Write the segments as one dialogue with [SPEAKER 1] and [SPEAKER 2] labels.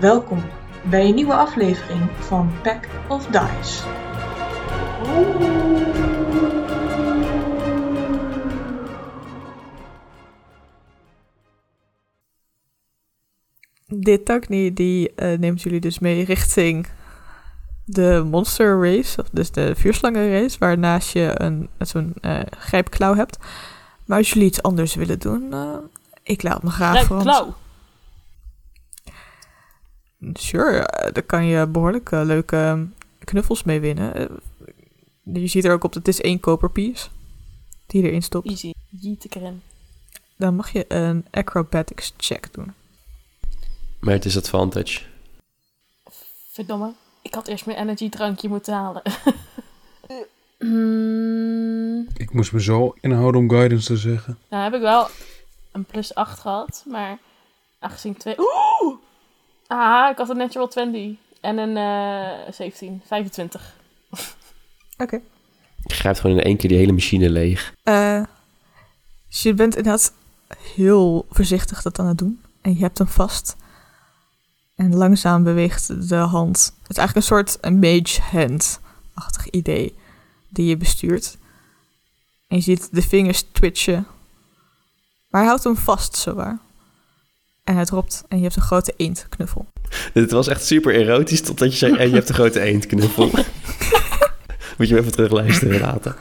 [SPEAKER 1] Welkom bij een nieuwe aflevering van Pack of Dice.
[SPEAKER 2] Dit Dagny die eh, neemt jullie dus mee richting de monster race, of dus de vuurslangenrace, waarnaast je een, zo'n eh, grijpklauw hebt. Maar als jullie iets anders willen doen, eh, ik laat me graag voor ons-
[SPEAKER 3] Klauw.
[SPEAKER 2] Sure, eh, daar kan je behoorlijk eh, leuke knuffels mee winnen. Eh, je ziet er ook op dat het is één koperpiece die je erin stopt.
[SPEAKER 3] Easy. Jeet ik erin.
[SPEAKER 2] Dan mag je een acrobatics check doen.
[SPEAKER 4] Maar het is advantage.
[SPEAKER 3] Verdomme. Ik had eerst mijn energy drankje moeten halen.
[SPEAKER 5] Ik moest me zo inhouden om guidance te zeggen.
[SPEAKER 3] nou heb ik wel een plus 8 gehad, maar aangezien 2... Oeh! Ah, ik had een natural 20. En een eh 17. 25.
[SPEAKER 2] Oké.
[SPEAKER 4] Je grijpt gewoon in één keer die hele machine leeg.
[SPEAKER 2] Eh, dus je bent inderdaad heel voorzichtig dat aan het doen. En je hebt hem vast. En langzaam beweegt de hand. Het is eigenlijk een soort een mage hand-achtig idee die je bestuurt. En je ziet de vingers twitchen. Maar hij houdt hem vast, zowaar. En hij dropt en je hebt een grote eendknuffel.
[SPEAKER 4] Dit was echt super erotisch totdat je zei... en je hebt een grote eendknuffel. Moet je hem even terugluisteren later.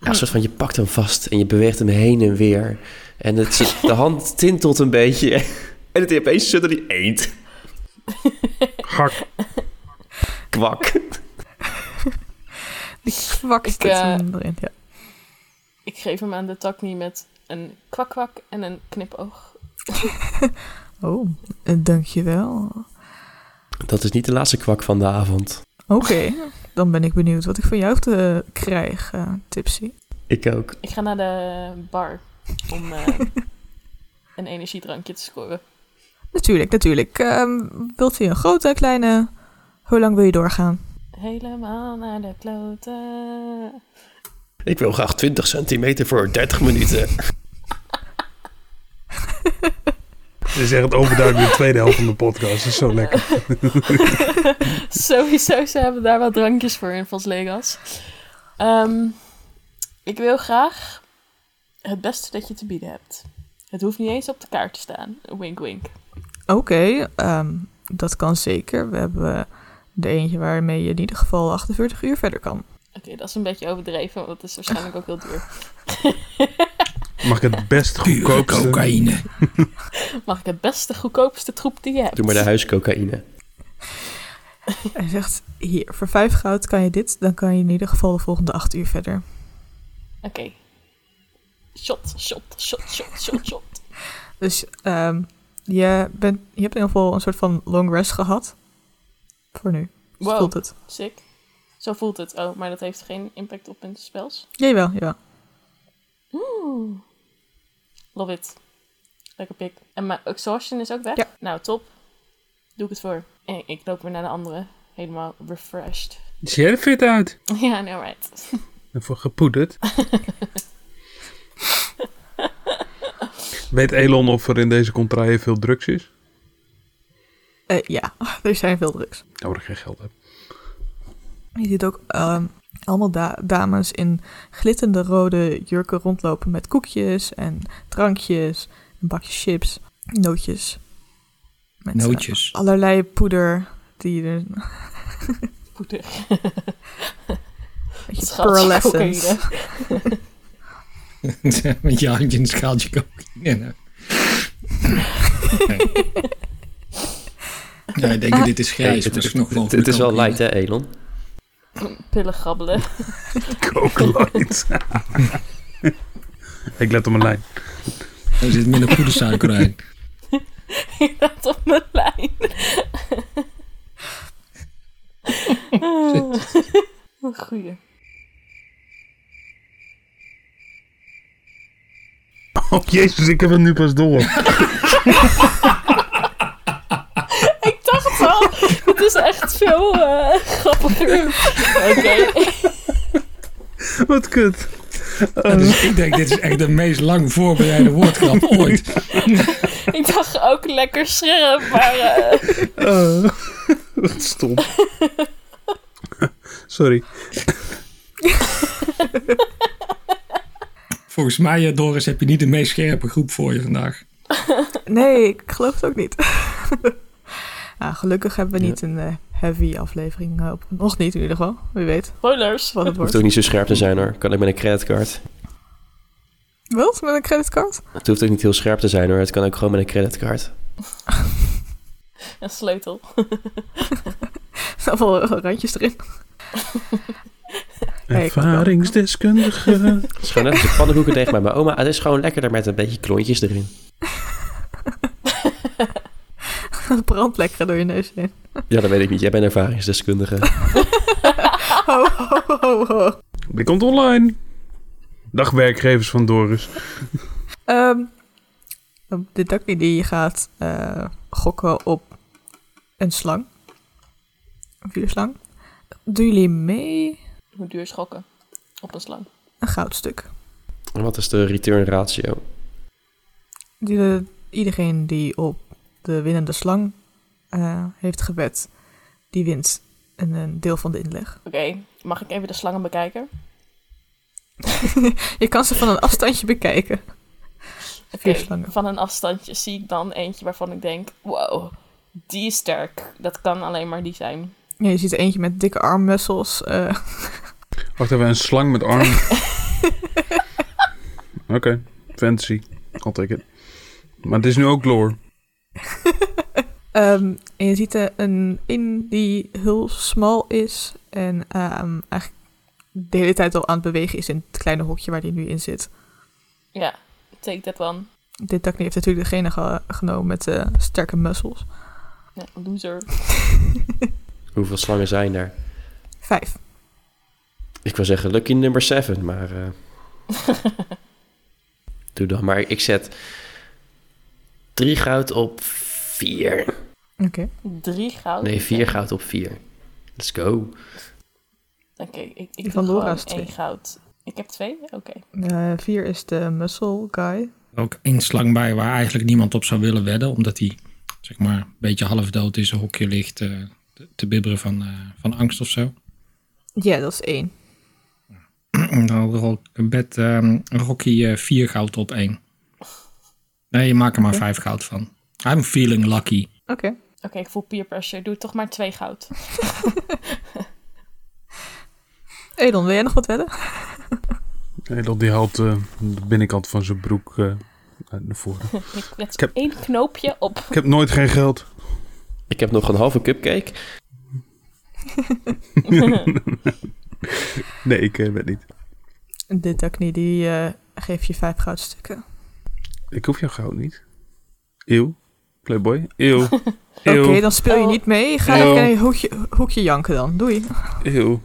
[SPEAKER 4] Ja, een soort van je pakt hem vast en je beweegt hem heen en weer. En het, zit- de hand tintelt een beetje. En het opeens zit er die eend.
[SPEAKER 5] Hak.
[SPEAKER 4] Kwak.
[SPEAKER 2] Die kwakt
[SPEAKER 3] Ik, eh,
[SPEAKER 2] hem erin. Ja.
[SPEAKER 3] Ik geef hem aan de takni met een kwak-kwak en een knipoog.
[SPEAKER 2] Oh, eh, dankjewel.
[SPEAKER 4] Dat is niet de laatste kwak van de avond.
[SPEAKER 2] Oké, dan ben ik benieuwd wat ik van jou te krijg, eh, Tipsy.
[SPEAKER 4] Ik ook.
[SPEAKER 3] Ik ga naar de bar om eh, een energiedrankje te scoren.
[SPEAKER 2] Natuurlijk, natuurlijk. Ehm, wilt u een grote, kleine? Hoe lang wil je doorgaan?
[SPEAKER 3] Helemaal naar de kloten.
[SPEAKER 4] Ik wil graag 20 centimeter voor 30 minuten.
[SPEAKER 5] Dit is echt overduidelijk de tweede helft van de podcast. Dat is zo lekker.
[SPEAKER 3] Sowieso, ze hebben daar wel drankjes voor in Vos Legas. Ehm, ik wil graag het beste dat je te bieden hebt. Het hoeft niet eens op de kaart te staan. Wink, wink.
[SPEAKER 2] Oké, ehm, dat kan zeker. We hebben de eentje waarmee je in ieder geval 48 uur verder kan.
[SPEAKER 3] Oké, dat is een beetje overdreven, want dat is waarschijnlijk ook heel duur.
[SPEAKER 5] Mag ik het best goedkoopste...
[SPEAKER 3] Mag ik het beste, goedkoopste troep die je hebt?
[SPEAKER 4] Doe maar de huiscocaïne.
[SPEAKER 2] Hij zegt, hier, voor 5 goud kan je dit, dan kan je in ieder geval de volgende 8 uur verder.
[SPEAKER 3] Oké. Shot, shot, shot, shot, shot, shot.
[SPEAKER 2] Dus ehm, je, bent, je hebt in ieder geval een soort van long rest gehad. Voor nu. Zo
[SPEAKER 3] Wow.
[SPEAKER 2] voelt het.
[SPEAKER 3] Sick. Zo voelt het. Oh, maar dat heeft geen impact op mijn spels.
[SPEAKER 2] Jawel, jawel.
[SPEAKER 3] Oeh. Love it. Lekker pik. En mijn exhaustion is ook weg.
[SPEAKER 2] Ja.
[SPEAKER 3] Nou, top. Doe ik het voor. En ik loop weer naar de andere. Helemaal refreshed.
[SPEAKER 5] Zie jij er fit uit?
[SPEAKER 3] Ja, nou right.
[SPEAKER 5] Even gepoederd. Weet Elon of er in deze contraille veel drugs is?
[SPEAKER 2] Eh, ja, er zijn veel drugs.
[SPEAKER 5] Nou, dat ik geen geld heb.
[SPEAKER 2] Je ziet ook ehm, allemaal da- dames in glittende rode jurken rondlopen met koekjes en drankjes, een bakje chips, nootjes. Met, eh,
[SPEAKER 6] Nootjes.
[SPEAKER 2] allerlei poeder die er...
[SPEAKER 3] Poeder.
[SPEAKER 2] weet je,
[SPEAKER 3] eh, Schat, eh,
[SPEAKER 2] pearlescence.
[SPEAKER 3] cocaïne.
[SPEAKER 6] Met je handje in een schaaltje cocaïne. ja, ik denk, dit is
[SPEAKER 4] Hey,
[SPEAKER 6] grijs,
[SPEAKER 4] het,
[SPEAKER 6] maar het is
[SPEAKER 4] het-
[SPEAKER 6] nog wel
[SPEAKER 4] het- het is wel
[SPEAKER 6] cocaïne.
[SPEAKER 4] light hè, Elon?
[SPEAKER 3] Pillen grabbelen.
[SPEAKER 5] Coke-light. ik let op mijn lijn.
[SPEAKER 6] Er zit minder poedersuiker in.
[SPEAKER 3] Inderdaad op mijn lijn. Ah, Een goeie.
[SPEAKER 5] Oh, jezus, ik heb het nu pas door.
[SPEAKER 3] Ik dacht wel, het is echt veel eh, grappiger. Oké.
[SPEAKER 5] Wat kut.
[SPEAKER 6] Dus ik denk, dit is echt de meest lang voorbereide woordgrap ooit.
[SPEAKER 3] Ik dacht ook lekker scherp, maar eh,
[SPEAKER 5] Eh, Wat stom. Sorry.
[SPEAKER 6] Volgens mij, eh, Doris, heb je niet de meest scherpe groep voor je vandaag.
[SPEAKER 2] Nee, ik geloof het ook niet. nou, gelukkig hebben we niet een eh, heavy aflevering eh, op. Nog niet in ieder geval. Wie weet
[SPEAKER 3] spoilers.
[SPEAKER 2] wat het
[SPEAKER 4] Hoeft
[SPEAKER 2] wordt.
[SPEAKER 4] ook niet zo scherp te zijn hoor. Kan ik met een creditcard.
[SPEAKER 2] Wat? Met een creditcard?
[SPEAKER 4] Het hoeft ook niet heel scherp te zijn hoor. Het kan ook gewoon met een creditcard.
[SPEAKER 3] Een sleutel.
[SPEAKER 2] Allemaal randjes erin. Hey, ik-
[SPEAKER 5] Ervaringsdeskundige.
[SPEAKER 4] Het is gewoon net als de pannenkoeken tegen bij mijn oma. Het is gewoon lekkerder met een beetje klontjes erin.
[SPEAKER 2] Brandplekken door je neus heen.
[SPEAKER 4] Ja, dat weet ik niet. Jij bent ervaringsdeskundige.
[SPEAKER 2] Ho, ho, Oh, ho, ho.
[SPEAKER 5] Die komt online. Dag werkgevers van Doris.
[SPEAKER 2] Ehm, oh, de dakkie die gaat eh, gokken op een slang. Een vuurslang. Doen jullie mee?
[SPEAKER 3] Hoe duur schokken? Op een slang.
[SPEAKER 2] Een goudstuk.
[SPEAKER 4] En wat is de return ratio?
[SPEAKER 2] Die, eh, iedereen die op de winnende slang eh, heeft gebed, die wint een, een deel van de inleg.
[SPEAKER 3] Oké, mag ik even de slangen bekijken?
[SPEAKER 2] Je kan ze van een afstandje bekijken.
[SPEAKER 3] Oké,
[SPEAKER 2] Vier slangen.
[SPEAKER 3] van een afstandje zie ik dan eentje waarvan ik denk, wow, die is sterk. Dat kan alleen maar die zijn.
[SPEAKER 2] Ja, je ziet er eentje met dikke armmussels. eh,
[SPEAKER 5] Wacht even, een slang met armen. Oké, fantasy. I'll take it. Maar het is nu ook lore.
[SPEAKER 2] Ehm, en je ziet er een in die heel smal is en ehm, eigenlijk de hele tijd al aan het bewegen is in het kleine hokje waar die nu in zit.
[SPEAKER 3] Ja, take that one.
[SPEAKER 2] Dit Dakni heeft natuurlijk degene ge- genomen met eh, sterke muscles.
[SPEAKER 3] Ja, loser.
[SPEAKER 4] Hoeveel slangen zijn er?
[SPEAKER 2] Vijf.
[SPEAKER 4] Ik wil zeggen lucky number 7, maar... eh, doe dan. Maar ik zet drie goud op vier.
[SPEAKER 2] Oké.
[SPEAKER 3] Drie goud.
[SPEAKER 4] Nee, vier goud op vier. Let's go.
[SPEAKER 3] Oké, ik, ik
[SPEAKER 2] Die
[SPEAKER 3] doe
[SPEAKER 2] van Laura
[SPEAKER 3] gewoon
[SPEAKER 2] is twee.
[SPEAKER 3] één goud. Ik heb twee? Oké.
[SPEAKER 2] Eh, vier is de muscle guy.
[SPEAKER 6] Ook één slang bij waar eigenlijk niemand op zou willen wedden. Omdat hij, zeg maar, een beetje half dood in zijn hokje ligt eh, te, te bibberen van, eh, van angst of zo.
[SPEAKER 2] Ja, dat is één.
[SPEAKER 6] Dan rol ik een bed, ehm Rocky eh vier goud op één. Nee, je maakt er maar vijf goud van. I'm feeling lucky.
[SPEAKER 2] Oké.
[SPEAKER 3] Oké, ik voel peer pressure. Doe toch maar twee goud.
[SPEAKER 2] Edon, wil jij nog wat wedden?
[SPEAKER 5] Nee, dat die haalt eh, de binnenkant van zijn broek eh, naar voren.
[SPEAKER 3] Ik klets
[SPEAKER 5] Ik heb-
[SPEAKER 3] één knoopje op.
[SPEAKER 5] Ik heb nooit geen geld.
[SPEAKER 4] Ik heb nog een halve cupcake.
[SPEAKER 5] Nee, ik eh, weet niet.
[SPEAKER 2] Dit Dakni, die eh, geeft je vijf goudstukken.
[SPEAKER 5] Ik hoef jouw goud niet. Eeuw. Playboy. Eeuw.
[SPEAKER 2] Oké,
[SPEAKER 5] Eeuw.
[SPEAKER 2] dan speel je
[SPEAKER 3] Oh.
[SPEAKER 2] niet mee. Ga
[SPEAKER 5] Eeuw.
[SPEAKER 2] even in een hoekje, hoekje janken dan. Doei.
[SPEAKER 5] Eeuw.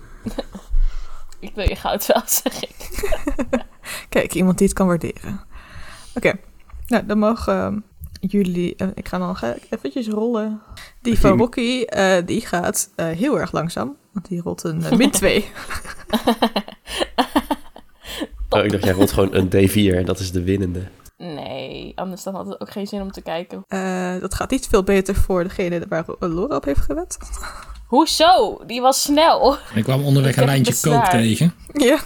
[SPEAKER 3] Ik wil je goud wel, zeg ik.
[SPEAKER 2] Kijk, iemand die het kan waarderen. Oké, nou dan mogen ehm, jullie... eh, ik ga dan ga ik eventjes rollen. Die van
[SPEAKER 5] Die-
[SPEAKER 2] Rocky, eh, die gaat eh, heel erg langzaam. Want die rolt een eh, min 2.
[SPEAKER 4] Oh, ik dacht, jij rolt gewoon een D4 en dat is de winnende.
[SPEAKER 3] Nee, anders dan had het ook geen zin om te kijken.
[SPEAKER 2] Eh, dat gaat niet veel beter voor degene waar Laura op heeft gewet.
[SPEAKER 3] Hoezo? Die was snel.
[SPEAKER 6] En ik kwam onderweg
[SPEAKER 3] Ik
[SPEAKER 6] een
[SPEAKER 3] heb
[SPEAKER 6] lijntje
[SPEAKER 3] bezwaar.
[SPEAKER 6] kook tegen.
[SPEAKER 2] Ja.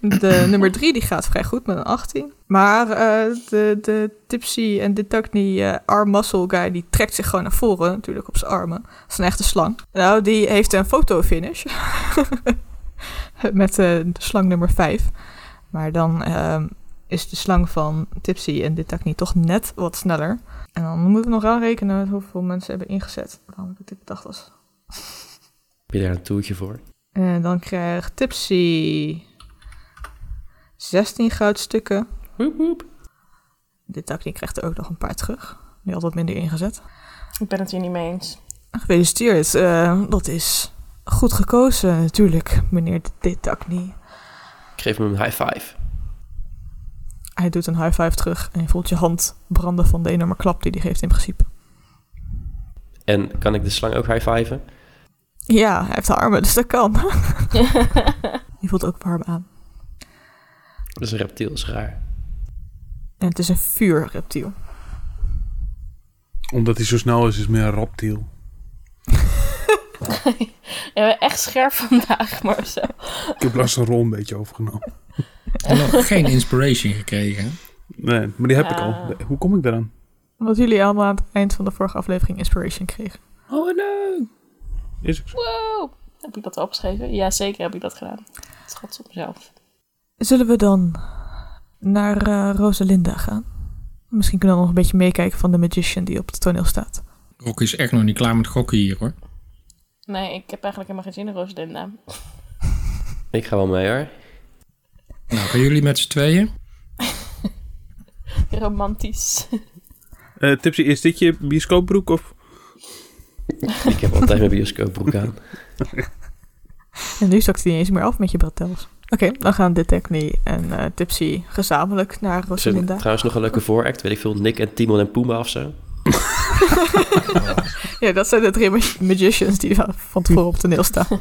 [SPEAKER 2] De nummer 3 die gaat vrij goed met een 18. Maar eh, de, de Tipsy en de Dagny eh arm muscle guy die trekt zich gewoon naar voren. Natuurlijk op zijn armen. Dat is een echte slang. Nou, die heeft een fotofinish. met eh, de slang nummer 5. Maar dan ehm, is de slang van Tipsy en de Dagny toch net wat sneller. En dan moeten we nog aanrekenen met hoeveel mensen hebben ingezet. Waarom heb ik dit bedacht als
[SPEAKER 4] Heb je daar een toertje voor?
[SPEAKER 2] en dan krijgt Tipsy 16 goudstukken.
[SPEAKER 4] Woep, woep.
[SPEAKER 2] Dit dakje krijgt er ook nog een paar terug. Die had wat minder ingezet.
[SPEAKER 3] Ik ben het hier niet mee eens.
[SPEAKER 2] Gefeliciteerd. eh, dat is goed gekozen natuurlijk, meneer dit daknie.
[SPEAKER 4] Ik geef hem een high five.
[SPEAKER 2] Hij doet een high five terug en je voelt je hand branden van de enorme klap die hij geeft in principe.
[SPEAKER 4] En kan ik de slang ook high fiven?
[SPEAKER 2] Ja, hij heeft de armen, dus dat kan. je voelt ook warm aan.
[SPEAKER 4] Dat is een reptiel, is raar.
[SPEAKER 2] En het is een vuurreptiel.
[SPEAKER 5] Omdat hij zo snel is, is meer een raptiel.
[SPEAKER 3] We hebben Eh, echt scherp vandaag, Marcel.
[SPEAKER 5] Ik heb laatst een rol een beetje overgenomen.
[SPEAKER 6] En nog geen inspiration gekregen.
[SPEAKER 5] Nee, maar die heb ik al.
[SPEAKER 3] Ah.
[SPEAKER 5] Nee, Hoe kom ik daaraan?
[SPEAKER 2] Omdat jullie allemaal aan het eind van de vorige aflevering inspiration kregen.
[SPEAKER 5] Oh, nee. Is ik zo.
[SPEAKER 3] Wow. Heb ik dat al opgeschreven? Ja, zeker heb ik dat gedaan. Trots op mezelf.
[SPEAKER 2] Zullen we dan naar eh, Rosalinda gaan? Misschien kunnen we nog een beetje meekijken van de magician die op het toneel staat.
[SPEAKER 6] Rocky is echt nog niet klaar met gokken hier hoor.
[SPEAKER 3] Nee, ik heb eigenlijk helemaal geen zin in Rosalinda.
[SPEAKER 4] Ik ga wel mee hoor.
[SPEAKER 6] Nou, gaan jullie met z'n tweeën?
[SPEAKER 3] Romantisch.
[SPEAKER 5] Eh, tipsy, is dit je bioscoopbroek of...
[SPEAKER 4] Ik heb altijd mijn bioscoopbroek aan.
[SPEAKER 2] En nu zakt hij niet eens meer af met je bretels. Oké, dan gaan Detecne en eh, Tipsy gezamenlijk naar
[SPEAKER 4] Is er
[SPEAKER 2] Rosalinda.
[SPEAKER 4] trouwens nog een leuke vooract? Weet ik veel, Nick en Timon en Puma of zo?
[SPEAKER 2] Ja, dat zijn de drie mag- magicians die van van tevoren op het toneel staan.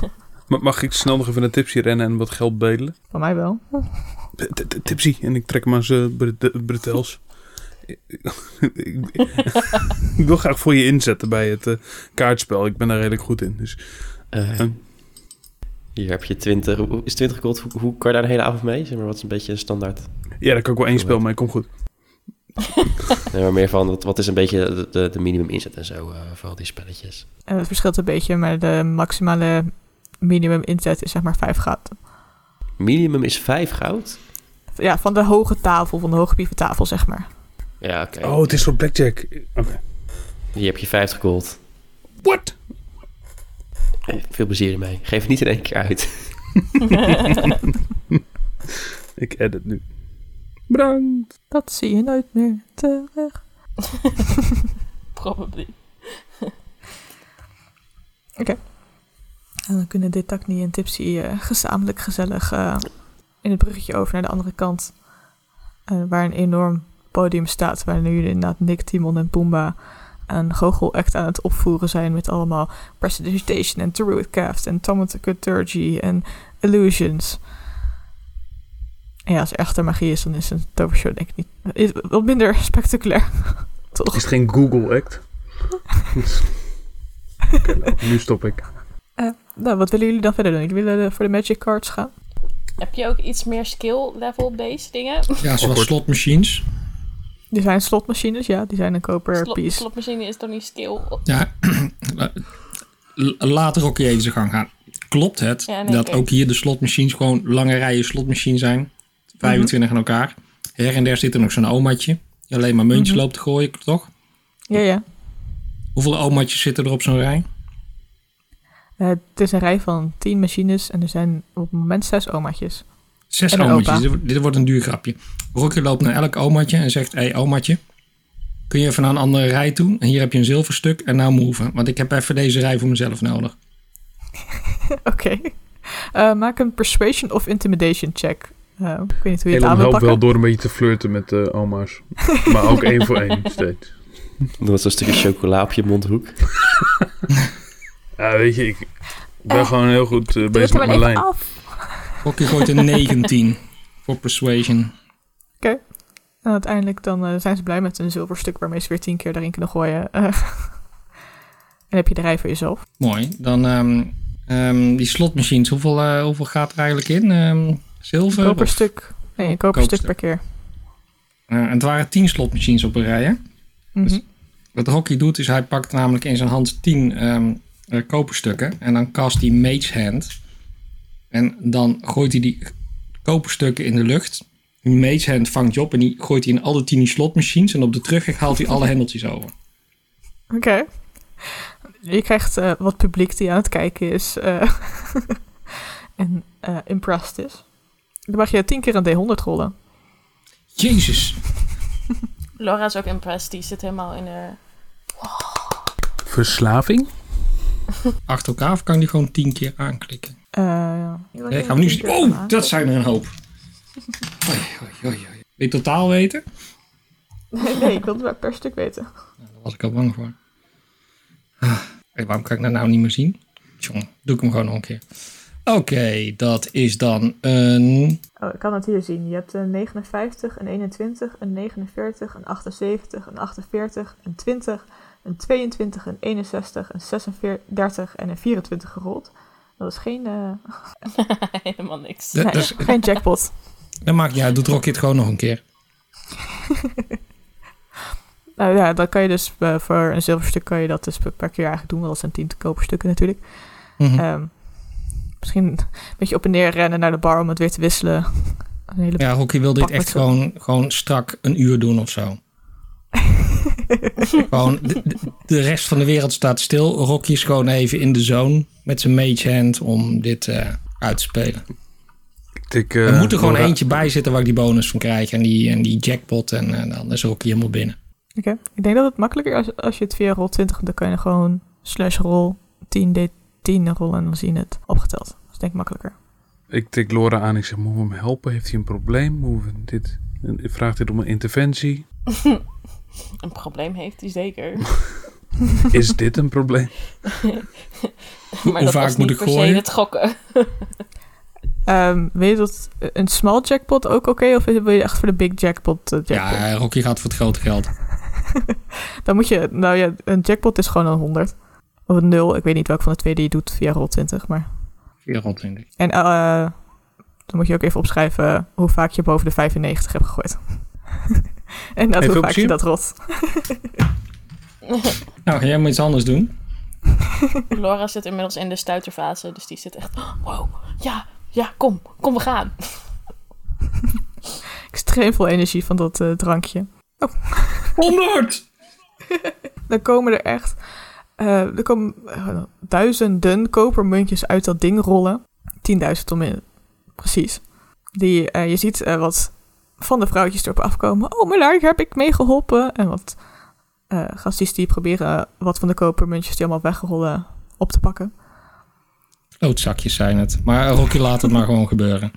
[SPEAKER 5] Ma- Mag ik snel nog even naar Tipsy rennen en wat geld bedelen?
[SPEAKER 2] Van mij wel.
[SPEAKER 5] T- t- Tipsy. En ik trek hem aan zijn bret- bretels. ik, ik- ik wil graag voor je inzetten bij het eh, kaartspel. Ik ben daar redelijk goed in. Dus
[SPEAKER 4] Eh,
[SPEAKER 5] Hmm.
[SPEAKER 4] hier heb je 20. Hoe- Is 20 gold? Hoe, hoe kan je daar een hele avond mee? Zeg maar, wat is een beetje een standaard?
[SPEAKER 5] ja, daar kan ik wel één spel mee. Kom goed.
[SPEAKER 4] Nee, maar meer van, wat, wat is een beetje de, de, de minimum inzet en zo eh, voor al die spelletjes?
[SPEAKER 2] En Eh, het verschilt een beetje, maar de maximale minimum inzet is zeg maar 5 graden.
[SPEAKER 4] Minimum is 5 goud?
[SPEAKER 2] Ja, van de hoge tafel, van de hoge pieventafel zeg maar.
[SPEAKER 4] Ja, oké.
[SPEAKER 5] Oh, het is voor Blackjack. Oké.
[SPEAKER 4] Hier heb je 50 gold.
[SPEAKER 5] What?
[SPEAKER 4] Eh, Veel plezier ermee. Geef het niet in één keer uit.
[SPEAKER 5] Ik edit nu. Bedankt.
[SPEAKER 2] Dat zie je nooit meer terug.
[SPEAKER 3] Probably.
[SPEAKER 2] En dan kunnen Detacni en Tipsy eh, gezamenlijk gezellig eh, in het bruggetje over naar de andere kant. eh, waar een enorm podium staat. Waar nu inderdaad Nick, Timon en Pumba een goochelact aan het opvoeren zijn. Met allemaal Prestidigitation en Druidcraft en Thaumaturgy en Illusions. En ja, als er echte magie is, dan is een tovershow denk ik niet. Is wat minder spectaculair. Toch?
[SPEAKER 5] Is het geen Google Act? Oké, nou, nu stop ik.
[SPEAKER 2] Nou, wat willen jullie dan verder doen? Jullie willen eh, voor de Magic Cards gaan?
[SPEAKER 3] Heb je ook iets meer skill level based dingen?
[SPEAKER 6] Ja, zoals
[SPEAKER 5] goed.
[SPEAKER 6] slotmachines.
[SPEAKER 2] Die zijn slotmachines, ja. Die zijn een koper
[SPEAKER 3] Slot-
[SPEAKER 2] piece.
[SPEAKER 3] slotmachine is toch niet skill?
[SPEAKER 6] Ja, l- laat Rocky even zijn gang gaan. Klopt het
[SPEAKER 3] Ja, nee,
[SPEAKER 6] dat
[SPEAKER 3] oké.
[SPEAKER 6] ook hier de slotmachines gewoon lange rijen slotmachines zijn?
[SPEAKER 3] Mhm.
[SPEAKER 6] 25 aan elkaar. Her en der zit er nog zo'n omaatje. Die alleen maar muntjes
[SPEAKER 3] Mhm.
[SPEAKER 6] loopt te gooien, toch?
[SPEAKER 2] Ja, ja.
[SPEAKER 6] Hoeveel omaatjes zitten er op zo'n rij?
[SPEAKER 2] Eh, het is een rij van tien machines en er zijn op het moment zes omaatjes.
[SPEAKER 6] Zes
[SPEAKER 2] En een
[SPEAKER 6] omaatjes.
[SPEAKER 2] opa.
[SPEAKER 6] Dit, wordt- dit wordt een duur grapje. Rocky loopt naar elk omaatje en zegt: Hé, hey, omaatje. Kun je even naar een andere rij toe? En hier heb je een zilverstuk. En nou move. Want ik heb even deze rij voor mezelf nodig.
[SPEAKER 2] Oké. Eh, maak een persuasion of intimidation check. Eh, ik weet niet hoe je het
[SPEAKER 5] Elon
[SPEAKER 2] aan wil
[SPEAKER 5] helpt wel
[SPEAKER 2] pakken.
[SPEAKER 5] door een beetje te flirten met de oma's. Maar ook één voor één steeds.
[SPEAKER 4] Doe dat zo'n stukje chocola op je mondhoek.
[SPEAKER 5] Ja, weet je, ik ben gewoon heel goed eh,
[SPEAKER 2] Druk
[SPEAKER 5] bezig
[SPEAKER 2] hem
[SPEAKER 5] met mijn
[SPEAKER 2] even
[SPEAKER 5] lijn.
[SPEAKER 2] af.
[SPEAKER 6] Rocky gooit een 19 voor persuasion.
[SPEAKER 2] En uiteindelijk dan, eh, zijn ze blij met een zilverstuk waarmee ze weer tien keer erin kunnen gooien. Eh, en heb je de rij voor jezelf.
[SPEAKER 6] Mooi. Dan ehm, ehm, die slotmachines. Hoeveel, eh, hoeveel gaat er eigenlijk in? Ehm, zilver? Of-
[SPEAKER 2] Koperstuk. Nee, een koperstuk per
[SPEAKER 6] koperstuk.
[SPEAKER 2] keer.
[SPEAKER 6] Eh, en het waren 10 slotmachines op een rij. Hè?
[SPEAKER 2] Mhm.
[SPEAKER 6] Dus- Wat Rocky doet is hij pakt namelijk in zijn hand 10 ehm, eh, koperstukken. En dan cast hij Mage Hand. En dan gooit hij die koperstukken in de lucht. Die Mage Hand vangt je op en die gooit hij in alle 10 die slotmachines. En op de terugweg haalt hij alle hendeltjes over.
[SPEAKER 2] Oké. Je krijgt eh, wat publiek die aan het kijken is eh, en eh, impressed is. Dan mag je tien keer een D100 rollen.
[SPEAKER 6] Jezus.
[SPEAKER 3] Laura is ook impressed. Die zit helemaal in haar...
[SPEAKER 5] Verslaving?
[SPEAKER 6] Achter elkaar of kan ik die gewoon 10 keer aanklikken?
[SPEAKER 2] Eh
[SPEAKER 6] Nee, gaan we nu... Oh, dat zijn er een hoop. Oei, oei, oei, oei. Wil je het totaal weten?
[SPEAKER 2] Nee, ik wil het wel per stuk weten.
[SPEAKER 6] Nou, daar was ik al bang voor. Ah, hé, waarom kan ik dat nou niet meer zien? Tjong, doe ik hem gewoon nog een keer. Oké, dat is dan een...
[SPEAKER 2] Oh, ik kan het hier zien. Je hebt eh, een 59, een 21, een 49, een 78, een 48, een 20, een 22, een 61, een 36 en een 24 gerold. Dat is geen, eh,
[SPEAKER 3] Helemaal niks.
[SPEAKER 6] Dat,
[SPEAKER 2] nee,
[SPEAKER 6] dat is-
[SPEAKER 2] geen jackpot.
[SPEAKER 6] dat maakt niet uit, doet Rocky het gewoon nog een keer.
[SPEAKER 2] Nou ja, dat kan je dus eh, voor een zilverstuk kan je dat dus per, per keer eigenlijk doen, want dat zijn tien te koper stukken natuurlijk.
[SPEAKER 6] Mhm.
[SPEAKER 2] Ehm, misschien een beetje op en neer rennen naar de bar om het weer te wisselen. Een hele
[SPEAKER 6] ja, Rocky wil dit
[SPEAKER 2] pak
[SPEAKER 6] echt
[SPEAKER 2] met zo-
[SPEAKER 6] gewoon, gewoon strak een uur doen of zo. gewoon, de, de- de rest van de wereld staat stil. Rocky is gewoon even in de zone met zijn mage hand om dit eh, uit te spelen.
[SPEAKER 5] Ik,
[SPEAKER 6] Er
[SPEAKER 5] eh,
[SPEAKER 6] moet er gewoon
[SPEAKER 5] Laura-
[SPEAKER 6] eentje bij zitten waar ik die bonus van krijg. En die, en die jackpot. En eh, dan is Rocky helemaal binnen.
[SPEAKER 2] Oké, ik denk dat het makkelijker is als, als je het via rol 20, want dan kan je gewoon slash rol 10d10 rollen en dan zie je het opgeteld. Dat is denk ik makkelijker.
[SPEAKER 5] Ik tik Laura aan. Ik zeg, moeten we hem helpen? Heeft hij een probleem? Moeten we dit... en Ik vraag dit om een interventie.
[SPEAKER 3] Een probleem heeft hij zeker.
[SPEAKER 5] Is dit een probleem?
[SPEAKER 6] Hoe,
[SPEAKER 3] maar
[SPEAKER 6] hoe
[SPEAKER 3] dat
[SPEAKER 6] vaak
[SPEAKER 3] was
[SPEAKER 6] moet
[SPEAKER 3] niet
[SPEAKER 6] ik
[SPEAKER 3] per se
[SPEAKER 6] gooien?
[SPEAKER 3] het gokken.
[SPEAKER 2] Ehm, weet je dat eh, een small jackpot ook oké, of wil je echt voor de big jackpot? eh, jackpot?
[SPEAKER 6] Ja, Rocky gaat voor het grote geld.
[SPEAKER 2] Dan moet je, nou ja, een jackpot is gewoon een 100. Of een 0, ik weet niet welke van de twee die je doet via rol 20, maar...
[SPEAKER 6] 24.
[SPEAKER 2] En eh, dan moet je ook even opschrijven hoe vaak je boven de 95 hebt gegooid. en dat
[SPEAKER 5] Even
[SPEAKER 2] hoe vaak je
[SPEAKER 5] opzien.
[SPEAKER 2] dat rot.
[SPEAKER 6] Nou, ga jij moet iets anders doen.
[SPEAKER 3] Laura zit inmiddels in de stuiterfase, dus die zit echt... Wow, ja, ja, kom, kom, we gaan.
[SPEAKER 2] Extreem veel energie van dat eh, drankje.
[SPEAKER 6] 100!
[SPEAKER 2] Dan komen er echt eh, er komen, eh, duizenden kopermuntjes uit dat ding rollen. 10.000 om in, precies. Die, eh, je ziet eh, wat van de vrouwtjes erop afkomen. Oh, maar daar heb ik mee geholpen. En wat eh gastjes die proberen wat van de kopermuntjes die allemaal wegrollen op te pakken.
[SPEAKER 6] Loodzakjes zijn het. Maar Rocky laat het maar gewoon gebeuren.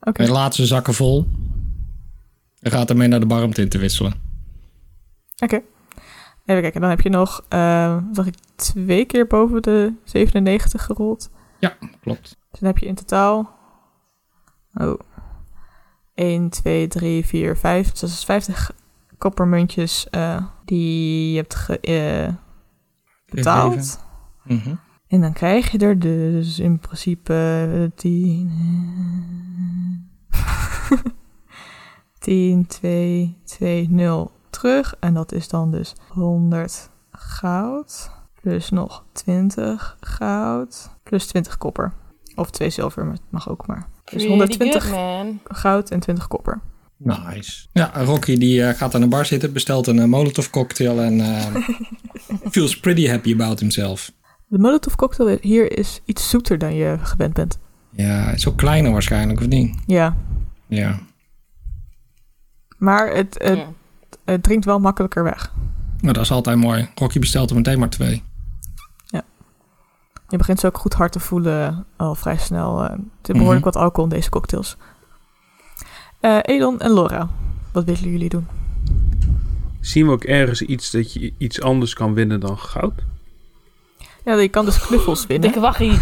[SPEAKER 2] Oké,
[SPEAKER 6] Hij laat zijn zakken vol. En gaat ermee naar de bar om het in te wisselen.
[SPEAKER 2] even kijken. Dan heb je nog, eh zag ik, twee keer boven de 97 gerold.
[SPEAKER 6] Klopt.
[SPEAKER 2] Dus dan heb je in totaal. Oh. 1, 2, 3, 4, 5. Dus dat is 50 koppermuntjes eh, die je hebt ge- eh, betaald.
[SPEAKER 6] Mhm.
[SPEAKER 2] En dan krijg je er dus in principe eh, 10. eh, 10, 2, 2, 0 terug. En dat is dan dus 100 goud. Plus nog 20 goud. Plus 20 kopper. Of 2 zilver, maar het mag ook maar. Dus
[SPEAKER 3] Pretty
[SPEAKER 2] 120
[SPEAKER 3] good, man.
[SPEAKER 2] goud en 20 kopper.
[SPEAKER 6] Nice. Ja, Rocky die eh, gaat aan de bar zitten, bestelt een eh, Molotov cocktail en eh, feels pretty happy about himself.
[SPEAKER 2] De Molotov cocktail hier is iets zoeter dan je gewend bent.
[SPEAKER 6] Ja, het is ook kleiner waarschijnlijk, of niet?
[SPEAKER 2] Ja,
[SPEAKER 6] Ja.
[SPEAKER 2] maar het,
[SPEAKER 6] Eh,
[SPEAKER 2] het,
[SPEAKER 3] Ja.
[SPEAKER 2] het drinkt wel makkelijker weg.
[SPEAKER 6] Maar dat is altijd mooi. Rocky bestelt er meteen maar twee.
[SPEAKER 2] Je begint ze ook goed hard te voelen al vrij snel. eh, Er zit behoorlijk wat alcohol in deze cocktails. Eh, Elon en Laura, wat willen jullie doen?
[SPEAKER 5] Zien we ook ergens iets dat je iets anders kan winnen dan goud?
[SPEAKER 2] Ja, je kan dus knuffels winnen.
[SPEAKER 3] Dikke wachtie.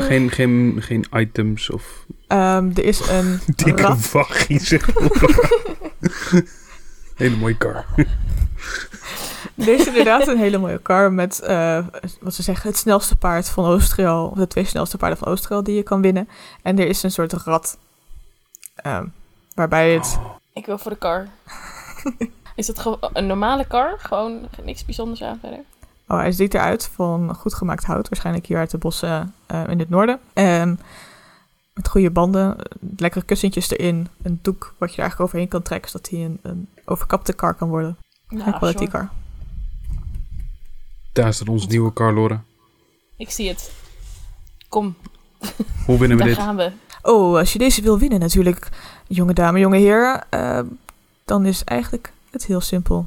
[SPEAKER 5] Geen, geen, geen items of...
[SPEAKER 2] Ehm, er is een
[SPEAKER 5] Dikke
[SPEAKER 2] rat.
[SPEAKER 5] wachtie, zegt Laura. Hele mooie kar.
[SPEAKER 2] Er is inderdaad een hele mooie kar met, eh, wat ze zeggen, het snelste paard van Oostrail. Of de twee snelste paarden van Oostrail die je kan winnen. En er is een soort rat. ehm, waarbij het...
[SPEAKER 3] Ik wil voor de kar. Is dat gewoon een normale kar? Gewoon niks bijzonders aan verder?
[SPEAKER 2] Oh, hij ziet eruit van goed gemaakt hout. Waarschijnlijk hier uit de bossen eh, in het noorden. Ehm, met goede banden, eh, lekkere kussentjes erin. Een doek wat je er eigenlijk overheen kan trekken, zodat hij een, een overkapte kar kan worden.
[SPEAKER 3] Nou,
[SPEAKER 2] een quality
[SPEAKER 3] sure.
[SPEAKER 2] car.
[SPEAKER 5] Daar staat onze nieuwe kar, Laura.
[SPEAKER 3] Ik zie het. Kom,
[SPEAKER 5] Hoe winnen we
[SPEAKER 3] daar
[SPEAKER 5] dit?
[SPEAKER 3] gaan we.
[SPEAKER 2] Oh, als je deze wil winnen natuurlijk, jonge dame, jonge heer, eh, dan is eigenlijk het heel simpel.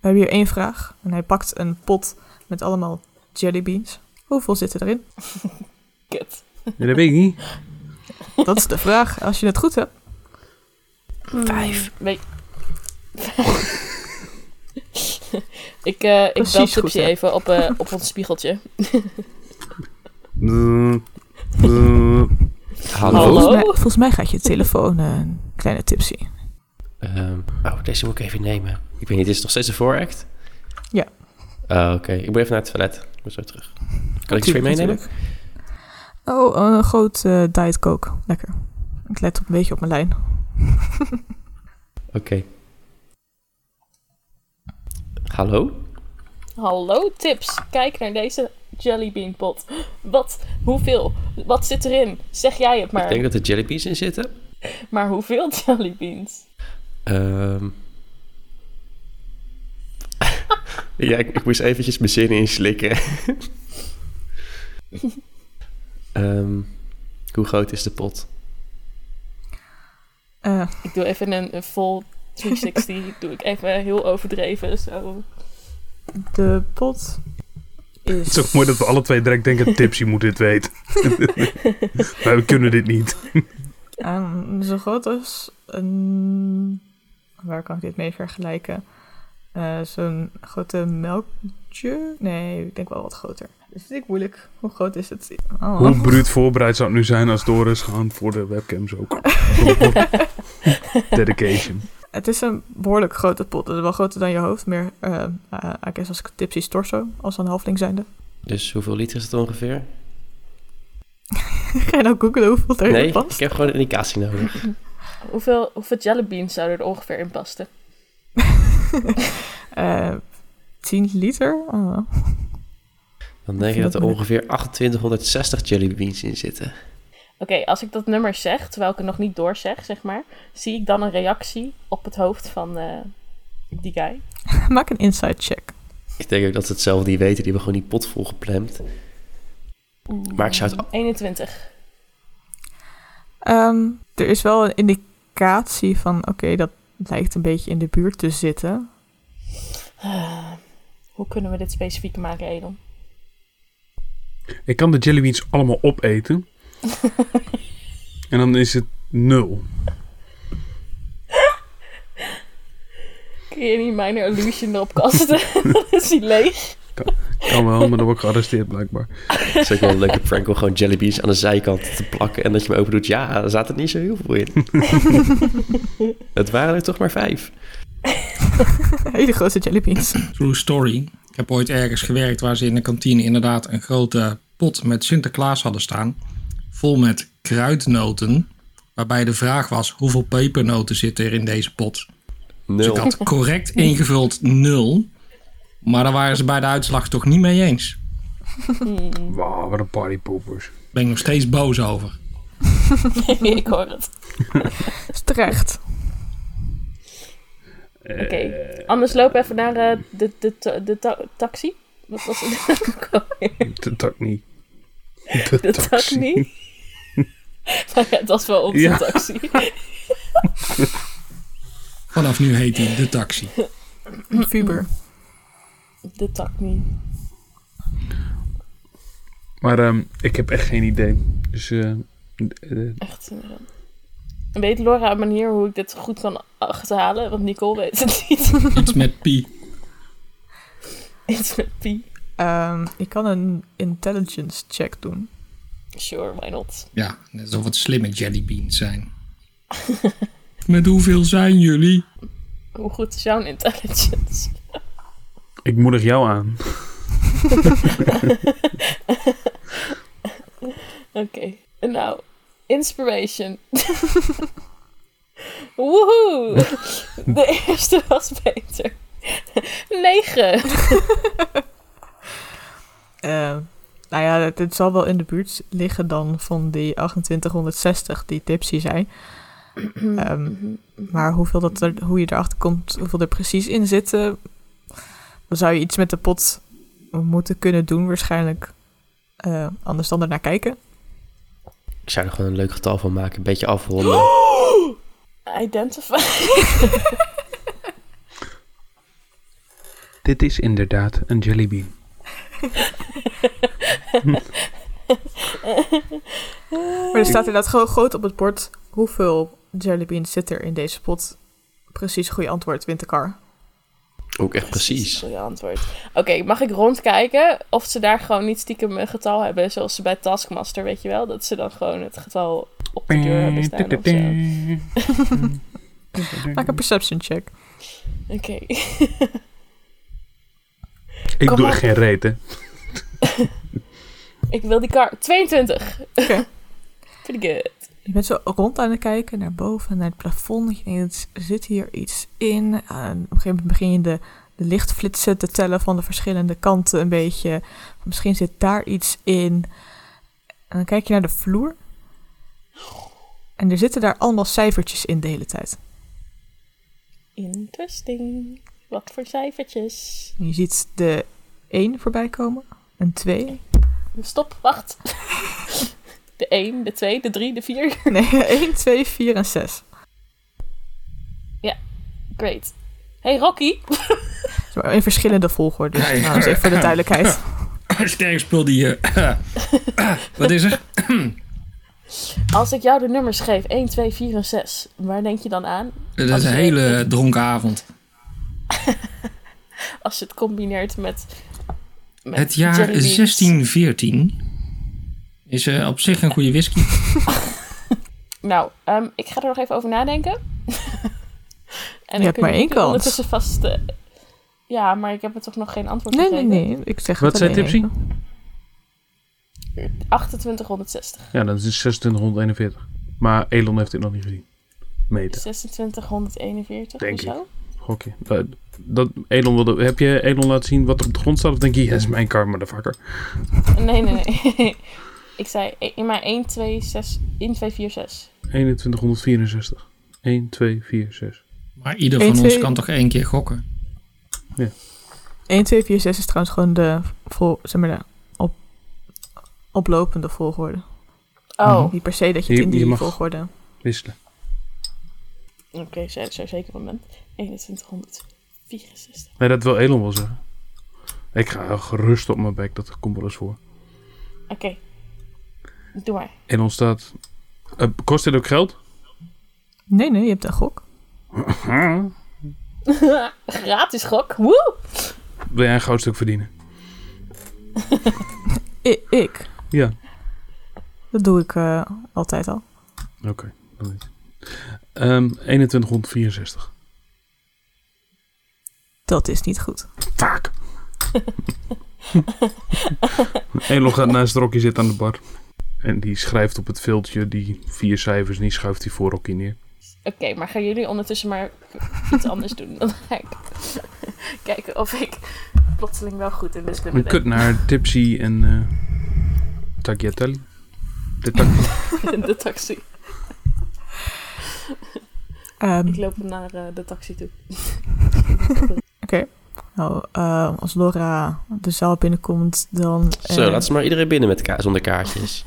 [SPEAKER 2] We hebben hier één vraag en hij pakt een pot met allemaal jellybeans. Hoeveel zitten erin?
[SPEAKER 3] Kut.
[SPEAKER 5] Nee, dat weet ik niet.
[SPEAKER 2] Dat is de vraag, als je het goed hebt.
[SPEAKER 3] Vijf. Nee. ik eh ik bel
[SPEAKER 2] Precies goed,
[SPEAKER 3] Tipsy
[SPEAKER 2] hè?
[SPEAKER 3] even op, eh, op ons spiegeltje.
[SPEAKER 5] Eh, eh,
[SPEAKER 4] Hallo.
[SPEAKER 3] Hallo?
[SPEAKER 2] Volgens, mij, volgens mij gaat je telefoon eh, een kleine tip zien.
[SPEAKER 4] nou, Ehm, oh, deze moet ik even nemen. Ik weet niet, is het nog steeds een vooract?
[SPEAKER 2] Ja.
[SPEAKER 4] Oké, Ah, Oké, ik moet even naar het toilet. Ik ben zo terug. Kan ik iets voor je meenemen?
[SPEAKER 2] Oh, een groot eh, Diet Coke. Lekker. Ik let op een beetje op mijn lijn.
[SPEAKER 4] Oké. Hallo?
[SPEAKER 3] Hallo tips. Kijk naar deze jellybean pot. Wat? Hoeveel? Wat zit erin? Zeg jij het
[SPEAKER 4] Ik
[SPEAKER 3] maar.
[SPEAKER 4] denk dat er jellybeans in zitten.
[SPEAKER 3] Maar hoeveel jellybeans?
[SPEAKER 4] Ehm. ja, ik, ik moest eventjes mijn zin inslikken. Ehm, hoe groot is de pot?
[SPEAKER 2] Eh,
[SPEAKER 3] Ik doe even een, een vol 360. doe ik even heel overdreven. Zo.
[SPEAKER 2] de pot is...
[SPEAKER 5] Het is ook mooi dat we alle twee direct denken, Tipsy moet dit weten. maar we kunnen dit niet.
[SPEAKER 2] Ehm, zo groot als een... Waar kan ik dit mee vergelijken? Eh, Zo'n grote melkje? Nee, ik denk wel wat groter. Dus vind ik moeilijk. Hoe groot is het? Oh.
[SPEAKER 5] Hoe bruut voorbereid zou het nu zijn als Doris gaan voor de webcams ook? Dedication.
[SPEAKER 2] Het is een behoorlijk grote pot. Het is wel groter dan je hoofd. Meer, eh eh, I guess als tipsy's torso. Als een halfling zijnde.
[SPEAKER 4] Dus hoeveel liter is het ongeveer?
[SPEAKER 2] Ga je nou googlen hoeveel er
[SPEAKER 4] nee,
[SPEAKER 2] in past?
[SPEAKER 4] ik heb gewoon een indicatie nodig.
[SPEAKER 3] Hoeveel, hoeveel jellybeans zouden er ongeveer in passen?
[SPEAKER 2] Eh, 10 liter? Oh.
[SPEAKER 4] Dan denk ik
[SPEAKER 2] vind
[SPEAKER 4] dat
[SPEAKER 2] dat
[SPEAKER 4] er ongeveer 2860 jellybeans in zitten.
[SPEAKER 3] Oké, als ik dat nummer zeg, terwijl ik het nog niet doorzeg, zeg maar, zie ik dan een reactie op het hoofd van eh, die guy.
[SPEAKER 2] Maak een inside check.
[SPEAKER 4] Ik denk ook dat ze het zelf niet weten. Die hebben gewoon die pot vol geplemd. Maar ik zou het...
[SPEAKER 3] 21.
[SPEAKER 2] Ehm, er is wel een indicatie van... Oké, dat lijkt een beetje in de buurt te zitten.
[SPEAKER 3] Ah, hoe kunnen we dit specifiek maken, Edel?
[SPEAKER 5] Ik kan de jellybeans allemaal opeten. en dan is het nul.
[SPEAKER 3] Kun je niet mijn illusion erop kasten? dan is die leeg.
[SPEAKER 5] Kan wel, maar dan word ik gearresteerd blijkbaar.
[SPEAKER 4] Het is ook wel een leuke prank om gewoon jellybeans aan de zijkant te plakken. En dat je me open doet. Ja, er zaten niet zo heel veel in. het waren er toch maar vijf.
[SPEAKER 2] Hele grote jellybeans.
[SPEAKER 6] True story. Ik heb ooit ergens gewerkt waar ze in de kantine inderdaad een grote pot met Sinterklaas hadden staan. Vol met kruidnoten. Waarbij de vraag was: hoeveel pepernoten zitten er in deze pot? Dus
[SPEAKER 4] Nul.
[SPEAKER 6] ik had correct ingevuld nul. Maar daar waren ze bij de uitslag toch niet mee eens.
[SPEAKER 5] Wauw, wat een partypoopers.
[SPEAKER 6] Daar ben ik nog steeds boos over.
[SPEAKER 3] ik hoor het.
[SPEAKER 2] is terecht.
[SPEAKER 3] Oké, anders loop even naar eh, de, de, de, de ta- taxi. Wat was het?
[SPEAKER 5] De tak niet.
[SPEAKER 3] De taxi? Nou ja, dat is wel onze
[SPEAKER 5] Ja.
[SPEAKER 3] taxi.
[SPEAKER 6] Vanaf nu heet hij de taxi.
[SPEAKER 2] Puber.
[SPEAKER 3] De taxi.
[SPEAKER 5] Maar ehm, ik heb echt geen idee. Dus eh, d- eh,
[SPEAKER 3] Echt. eh, Weet Laura een manier hoe ik dit goed kan achterhalen? Want Nicole weet het niet.
[SPEAKER 6] Iets met pi.
[SPEAKER 3] Iets met pi.
[SPEAKER 2] Ehm, ik kan een intelligence check doen.
[SPEAKER 3] Sure, why not?
[SPEAKER 6] Ja, net alsof het slimme jellybeans zijn. Met hoeveel zijn jullie?
[SPEAKER 3] Hoe goed is jouw intelligence?
[SPEAKER 5] ik moedig jou aan.
[SPEAKER 3] Oké. En Nou, inspiration. Woehoe! De eerste was beter. 9.
[SPEAKER 2] Eh, nou ja, het, het zal wel in de buurt liggen dan van die 2860 die Tipsy zei. Ehm, maar hoeveel dat er, hoe je erachter komt, hoeveel er precies in zitten, dan zou je iets met de pot moeten kunnen doen waarschijnlijk. Eh, anders dan ernaar kijken.
[SPEAKER 4] Ik zou er gewoon een leuk getal van maken. Een beetje afronden.
[SPEAKER 3] Identify.
[SPEAKER 5] Dit is inderdaad een jellybean.
[SPEAKER 2] Maar er staat inderdaad gewoon groot op het bord hoeveel jellybeans zit er in deze pot. Precies goede antwoord, Winterkar.
[SPEAKER 4] Ook echt precies.
[SPEAKER 3] Goeie antwoord. Oké, mag ik rondkijken of ze daar gewoon niet stiekem een getal hebben? Zoals ze bij Taskmaster, weet je wel? Dat ze dan gewoon het getal op de deur hebben staan of zo.
[SPEAKER 5] Mhm.
[SPEAKER 2] Maak een perception check.
[SPEAKER 3] Oké.
[SPEAKER 5] Ik
[SPEAKER 3] Kom
[SPEAKER 5] doe
[SPEAKER 3] op.
[SPEAKER 5] echt geen reet, hè.
[SPEAKER 3] Ik wil die kaart. 22.
[SPEAKER 2] Oké.
[SPEAKER 3] Pretty good.
[SPEAKER 2] Je bent zo rond aan het kijken, naar boven, naar het plafond. Dat Je denkt, er zit hier iets in. En op een gegeven moment begin je de, de lichtflitsen te tellen van de verschillende kanten een beetje. Misschien zit daar iets in. En dan kijk je naar de vloer. En er zitten daar allemaal cijfertjes in de hele tijd.
[SPEAKER 3] Interesting. Wat voor cijfertjes.
[SPEAKER 2] En je ziet de 1 voorbij komen, een 2.
[SPEAKER 3] Stop, wacht. De 1, de 2, de 3, de 4.
[SPEAKER 2] Nee, 1, 2, 4 en 6.
[SPEAKER 3] Great. Hey Rocky.
[SPEAKER 2] In verschillende volgorde, dus
[SPEAKER 6] Ja, ja.
[SPEAKER 2] trouwens, even voor de duidelijkheid.
[SPEAKER 6] Sterk spul die je... wat is er?
[SPEAKER 3] Als ik jou de nummers geef, 1, 2, 4 en 6, waar denk je dan aan?
[SPEAKER 6] Dat is een hele dronken avond.
[SPEAKER 3] Als je het combineert met. met
[SPEAKER 6] Het jaar
[SPEAKER 3] Jerry Beans.
[SPEAKER 6] 1614 is eh, op zich een goede whisky.
[SPEAKER 3] Nou, ehm, ik ga er nog even over nadenken. en
[SPEAKER 2] hebt maar één kans.
[SPEAKER 3] Ondertussen vast. eh, ja, maar ik heb er toch nog geen antwoord
[SPEAKER 2] Nee, nee,
[SPEAKER 3] gegeven.
[SPEAKER 2] nee. Ik zeg
[SPEAKER 5] Wat
[SPEAKER 2] het
[SPEAKER 5] zei
[SPEAKER 2] alleen
[SPEAKER 5] Tipsy?
[SPEAKER 2] even.
[SPEAKER 3] 2860.
[SPEAKER 5] Ja, dat is 2641. Maar Elon heeft dit nog niet gezien. Meten.
[SPEAKER 3] 2641
[SPEAKER 5] Denk
[SPEAKER 3] of zo.
[SPEAKER 5] Gokje. Dat, dat, Elon wilde, heb je Elon laten zien wat er op de grond staat? Of denk je, yes, mijn car, motherfucker.
[SPEAKER 3] Nee, nee, nee. ik zei e- in mijn 1, 2, 6, in 2, 4, 6.
[SPEAKER 5] 2164. 1, 2, 4, 6.
[SPEAKER 6] Maar ieder
[SPEAKER 2] Eén,
[SPEAKER 6] van ons
[SPEAKER 2] twee.
[SPEAKER 6] kan toch één keer gokken?
[SPEAKER 2] 1, 2, 4, 6 is trouwens gewoon de, vol, zeg maar de op, oplopende volgorde.
[SPEAKER 3] Oh,
[SPEAKER 2] Niet per se dat je
[SPEAKER 5] Je-
[SPEAKER 2] het in
[SPEAKER 5] je
[SPEAKER 2] die
[SPEAKER 5] mag-
[SPEAKER 2] volgorde...
[SPEAKER 5] Wisselen.
[SPEAKER 3] oké, zo, zo zeker van bent. 2164.
[SPEAKER 5] Nee, dat wil Elon wel zeggen. Ik ga wel gerust op mijn bek, dat komt wel eens voor.
[SPEAKER 3] Oké. Doe maar.
[SPEAKER 5] Elon staat... eh, kost dit ook geld?
[SPEAKER 2] Nee, nee, je hebt een gok.
[SPEAKER 5] Ah,
[SPEAKER 3] Gratis gok. Woe!
[SPEAKER 5] wil jij een goudstuk verdienen?
[SPEAKER 2] I- ik.
[SPEAKER 5] Ja.
[SPEAKER 2] Dat doe ik eh, altijd al.
[SPEAKER 5] Oké, dan niet. Ehm, 2164.
[SPEAKER 2] Dat is niet goed.
[SPEAKER 5] Vaak. Elon gaat naast Rocky zitten aan de bar. En die schrijft op het veldje die vier cijfers en die schuift hij voor Rocky neer.
[SPEAKER 3] Oké, maar gaan jullie ondertussen maar iets anders doen? Dan ga ik kijken of ik plotseling wel goed in wiskunde
[SPEAKER 5] Een
[SPEAKER 3] ben.
[SPEAKER 5] kut naar Tipsy en eh Tagliatelli. De tag-
[SPEAKER 3] In de taxi.
[SPEAKER 2] Ehm,
[SPEAKER 3] Ik loop naar eh, de taxi toe.
[SPEAKER 2] nou, eh, als Laura de zaal binnenkomt, dan... eh,
[SPEAKER 4] Zo, laat ze maar iedereen binnen met ka zonder kaartjes.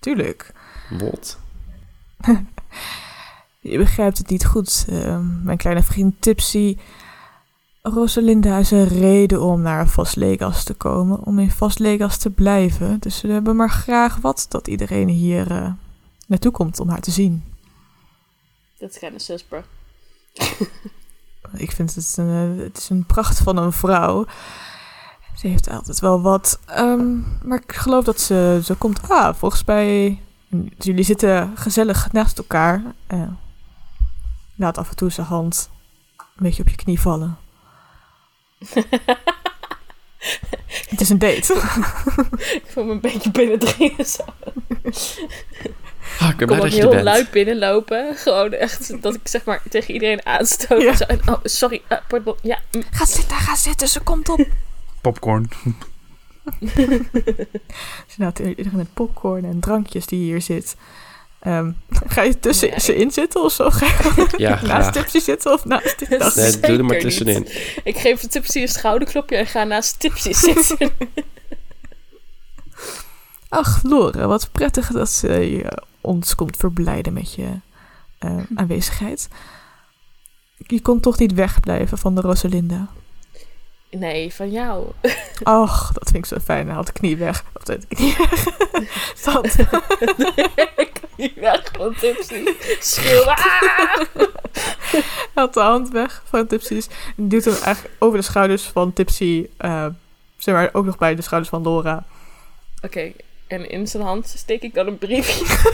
[SPEAKER 2] Tuurlijk.
[SPEAKER 4] Wat?
[SPEAKER 2] Je begrijpt het niet goed. Eh, mijn kleine vriend Tipsy. Rosalinda is een reden om naar Vast Legas te komen. Om in Vast Legas te blijven. Dus we hebben maar graag wat dat iedereen hier eh, naartoe komt om haar te zien.
[SPEAKER 3] Dat is geen sus, bro.
[SPEAKER 2] Ik vind het een, eh, het is een pracht van een vrouw. Ze heeft altijd wel wat. ehm, maar ik geloof dat ze, ze komt. Ah, volgens mij. Jullie zitten gezellig naast elkaar. Eh, laat af en toe zijn hand een beetje op je knie vallen. het is een date.
[SPEAKER 3] Ik voel me een beetje binnendringen zo.
[SPEAKER 4] Ah, ik
[SPEAKER 3] Ik
[SPEAKER 4] ben blij
[SPEAKER 3] kom ook
[SPEAKER 4] dat je er
[SPEAKER 3] heel
[SPEAKER 4] bent.
[SPEAKER 3] luid binnenlopen. Gewoon echt dat ik zeg maar tegen iedereen aanstoot.
[SPEAKER 2] Ja.
[SPEAKER 3] Zo, en, oh, sorry. eh, pardon. Ja, mm,
[SPEAKER 2] Ga zitten, ga zitten, ze komt op.
[SPEAKER 5] popcorn.
[SPEAKER 2] Ze laat iedereen met popcorn en drankjes die hier zit. Ehm, ga je tussen
[SPEAKER 3] Nee.
[SPEAKER 2] ze in zitten of zo? Ga je
[SPEAKER 4] Ja,
[SPEAKER 2] naast
[SPEAKER 4] graag.
[SPEAKER 2] Tipsy zitten of naast dit?
[SPEAKER 3] Nee,
[SPEAKER 4] Nee, doe er maar
[SPEAKER 3] Zeker niet.
[SPEAKER 4] tussenin.
[SPEAKER 3] ik geef de Tipsy een schouderklopje en ga naast Tipsy zitten.
[SPEAKER 2] Ach, Lore, wat prettig dat ze je ons komt verblijden met je eh, aanwezigheid. Je kon toch niet wegblijven van de Rosalinda?
[SPEAKER 3] nee, van jou.
[SPEAKER 2] Och, dat vind ik zo fijn. Hij had de knie weg. Of de knie weg. Zat.
[SPEAKER 3] ik niet weg van Tipsy. Schreeuwen. Ah!
[SPEAKER 2] Hij had de hand weg van Tipsy's. En duwt hem eigenlijk over de schouders van Tipsy. eh zeg maar ook nog bij de schouders van Laura.
[SPEAKER 3] Oké, en in zijn hand steek ik dan een briefje.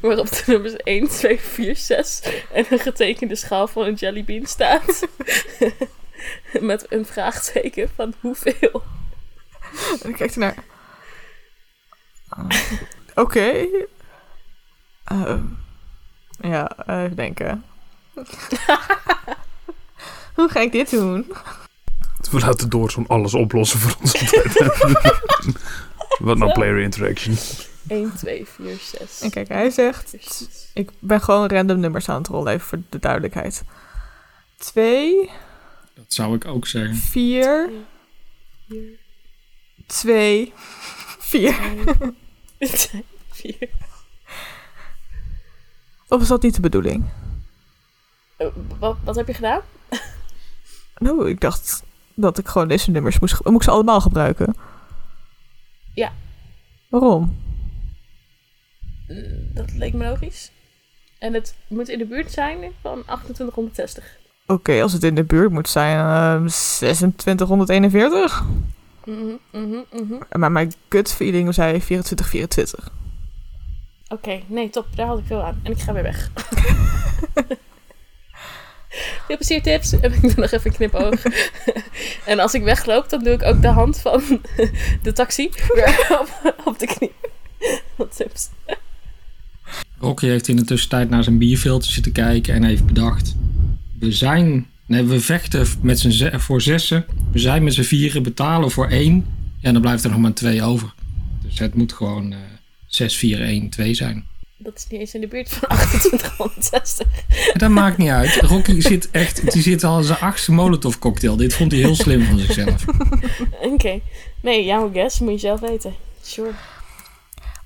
[SPEAKER 3] Waarop de nummers 1, 2, 4, 6 en een getekende schaal van een jellybean staat. Met een vraagteken van hoeveel.
[SPEAKER 2] En dan kijkt hij naar. Ah, Oké. Eh, ja, eh, even denken. Hoe ga ik dit doen?
[SPEAKER 5] We laten door zo'n alles oplossen voor ons altijd. Wat nou player interaction?
[SPEAKER 3] 1, 2, 4, 6.
[SPEAKER 2] En kijk, hij zegt. Ik ben gewoon random nummers aan het rollen, even voor de duidelijkheid. 2,
[SPEAKER 6] Dat zou ik ook zeggen.
[SPEAKER 2] 4, 2, 4.
[SPEAKER 3] 4.
[SPEAKER 2] Of is dat niet de bedoeling?
[SPEAKER 3] Oh, Wat, wat heb je gedaan?
[SPEAKER 2] Nou, ik dacht dat ik gewoon deze nummers moest... ge- Moet ik ze allemaal gebruiken?
[SPEAKER 3] Ja.
[SPEAKER 2] Waarom?
[SPEAKER 3] Mm, Dat leek me logisch. En het moet in de buurt zijn van 2860.
[SPEAKER 2] Oké, als het in de buurt moet zijn, ehm 2641.
[SPEAKER 3] Mhm, mhm, mhm.
[SPEAKER 2] Maar mijn gut feeling zei 2424.
[SPEAKER 3] Oké, nee, top. Daar had ik veel aan. En ik ga weer weg. Veel plezier, tips. En ik doe nog even een knipoog. en als ik wegloop, dan doe ik ook de hand van de taxi weer op, op de knie. Wat tips.
[SPEAKER 6] Rocky heeft in de tussentijd naar zijn bierfilter zitten kijken en heeft bedacht: we zijn, nee, we vechten met z'n ze- voor zessen, we zijn met z'n vieren, betalen voor één, en dan blijft er nog maar twee over. Dus het moet gewoon eh 6, 4, 1, 2 zijn.
[SPEAKER 3] Dat is niet eens in de buurt van 2860.
[SPEAKER 6] En dat maakt niet uit. Rocky zit echt, die zit al in zijn achtste Molotov cocktail. Dit vond hij heel slim van zichzelf.
[SPEAKER 3] Oké. Nee, jouw guess moet je zelf weten. Sure.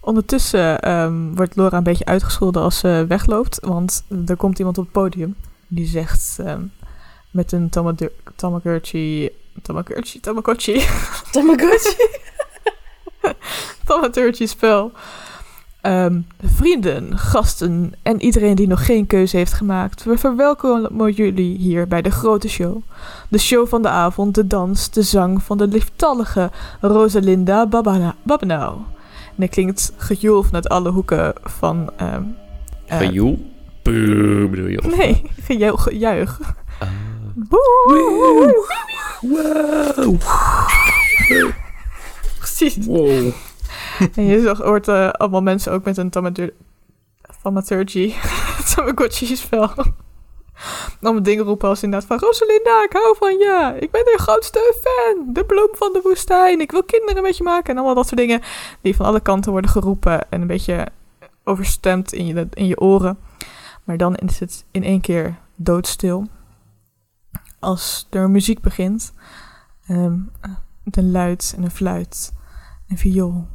[SPEAKER 2] Ondertussen ehm, wordt Laura een beetje uitgescholden als ze wegloopt. Want er komt iemand op het podium. Die zegt ehm, met een tamadu- Tamagotchi... Tamagotchi? Tamagotchi?
[SPEAKER 3] Tamagotchi.
[SPEAKER 2] Tamagotchi spel. Ehm, vrienden, gasten en iedereen die nog geen keuze heeft gemaakt. We verwelkomen jullie hier bij de grote show. De show van de avond, de dans, de zang van de lieftallige Rosalinda Babana- Babenau. En er klinkt gejoel vanuit alle hoeken van... ehm, eh,
[SPEAKER 4] Van Joel? Puh, bedoel je?
[SPEAKER 2] Nee, gejuich. gejuich.
[SPEAKER 4] Ah.
[SPEAKER 2] Boe!
[SPEAKER 4] Wow.
[SPEAKER 2] Precies.
[SPEAKER 6] Wow.
[SPEAKER 2] En je zag, hoort eh, allemaal mensen ook met een tamatur- Thaumaturgy. Tamagotchi-spel. Allemaal dingen roepen als inderdaad van... Rosalinda, ik hou van je. Ik ben de grootste fan. De bloem van de woestijn. Ik wil kinderen met je maken. En allemaal dat soort dingen die van alle kanten worden geroepen. En een beetje overstemd in je, in je oren. Maar dan is het in één keer doodstil. Als er muziek begint. Ehm, met een luid en een fluit. Een viool.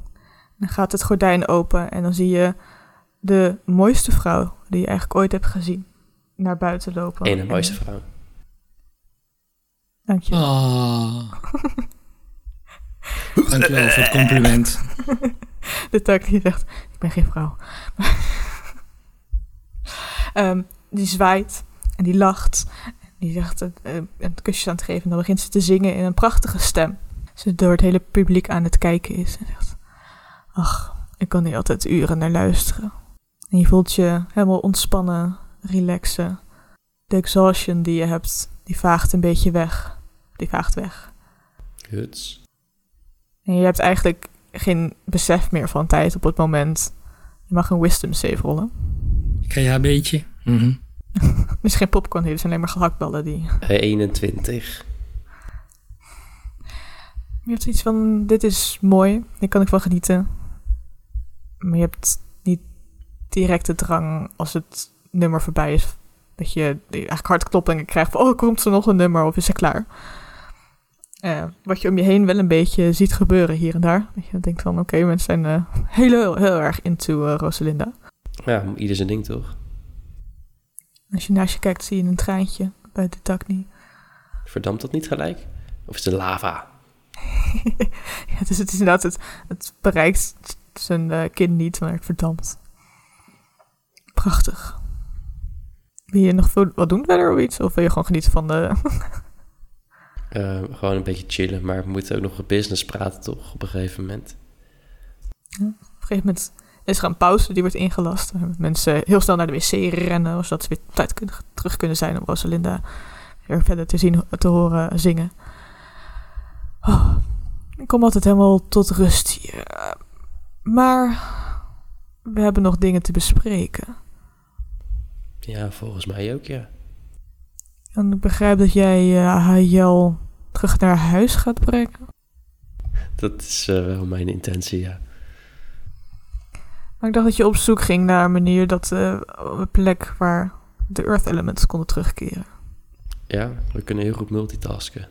[SPEAKER 2] Dan gaat het gordijn open en dan zie je de mooiste vrouw die je eigenlijk ooit hebt gezien naar buiten lopen.
[SPEAKER 4] Ene mooiste vrouw.
[SPEAKER 2] Dank je.
[SPEAKER 6] Ah. Dankjewel voor het compliment.
[SPEAKER 2] De tak die zegt, ik ben geen vrouw. Ehm, die zwaait en die lacht. Die zegt eh, eh, een kusje aan het geven. En dan begint ze te zingen in een prachtige stem. Ze door het hele publiek aan het kijken is. En zegt, ach, ik kan hier altijd uren naar luisteren. En je voelt je helemaal ontspannen, relaxen. De exhaustion die je hebt, die vaagt een beetje weg. Die vaagt weg.
[SPEAKER 4] Huts.
[SPEAKER 2] En je hebt eigenlijk geen besef meer van tijd op het moment. Je mag een wisdom save rollen.
[SPEAKER 6] Ik geef haar een beetje. Mhm.
[SPEAKER 2] Er is geen popcorn hier, er zijn alleen maar gehaktballen die...
[SPEAKER 4] Eh, 21.
[SPEAKER 2] Je hebt iets van, dit is mooi, hier kan ik van genieten. Maar je hebt niet direct de drang als het nummer voorbij is. Dat je eigenlijk hartkloppingen krijgt van, oh, komt er nog een nummer of is ze klaar? Eh, wat je om je heen wel een beetje ziet gebeuren hier en daar. Dat je denkt van, oké, mensen zijn eh, heel, heel erg into eh, Rosalinda.
[SPEAKER 4] Ja, ieder zijn ding toch?
[SPEAKER 2] Als je naast je kijkt, zie je een traantje bij de Dagny.
[SPEAKER 4] Verdampt dat niet gelijk? Of is het lava?
[SPEAKER 2] Ja, dus het is inderdaad, het, het bereikt zijn eh, kin niet, maar het verdampt. Prachtig. Wil je nog veel- wat doen verder of iets? Of wil je gewoon genieten van de...
[SPEAKER 4] Eh, gewoon een beetje chillen, maar we moeten ook nog business praten toch op een gegeven moment.
[SPEAKER 2] Op een gegeven moment is er een pauze, die wordt ingelast. Mensen heel snel naar de wc rennen, zodat ze weer op tijd kunnen, terug kunnen zijn om Rosalinda weer verder te zien, te horen zingen. Oh, ik kom altijd helemaal tot rust hier. Eh, Maar we hebben nog dingen te bespreken.
[SPEAKER 4] Ja, volgens mij ook, ja.
[SPEAKER 2] En ik begrijp dat jij eh Hayel terug naar huis gaat brengen.
[SPEAKER 4] Dat is eh, wel mijn intentie, ja.
[SPEAKER 2] Maar ik dacht dat je op zoek ging naar een manier dat eh, een plek waar de Earth Elements konden terugkeren.
[SPEAKER 4] Ja, we kunnen heel goed multitasken.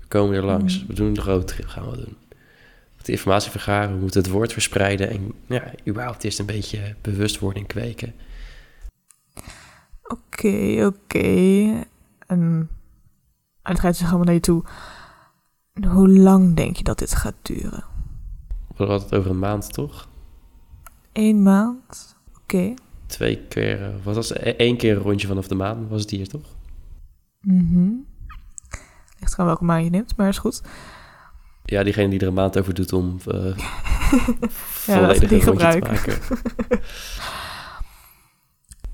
[SPEAKER 4] We komen er langs. We doen een roadtrip, gaan we doen. We moeten informatie vergaren, we moeten het woord verspreiden... en ja, überhaupt eerst een beetje bewustwording kweken.
[SPEAKER 2] Oké, oké. Ehm, En hij draait zich allemaal naar je toe. En hoe lang denk je dat dit gaat duren?
[SPEAKER 4] We hadden het over een maand, toch?
[SPEAKER 2] Eén maand? Oké.
[SPEAKER 4] Twee keer... eh, Wat was het? E- één keer een rondje vanaf de maan was het hier, toch?
[SPEAKER 2] Mhm. Ligt eraan welke maan je neemt, maar is goed.
[SPEAKER 4] Ja, diegene die er een maand over doet om... eh
[SPEAKER 2] laten we
[SPEAKER 4] volledig
[SPEAKER 2] die
[SPEAKER 4] een rondje te
[SPEAKER 2] gebruiken.
[SPEAKER 4] maken.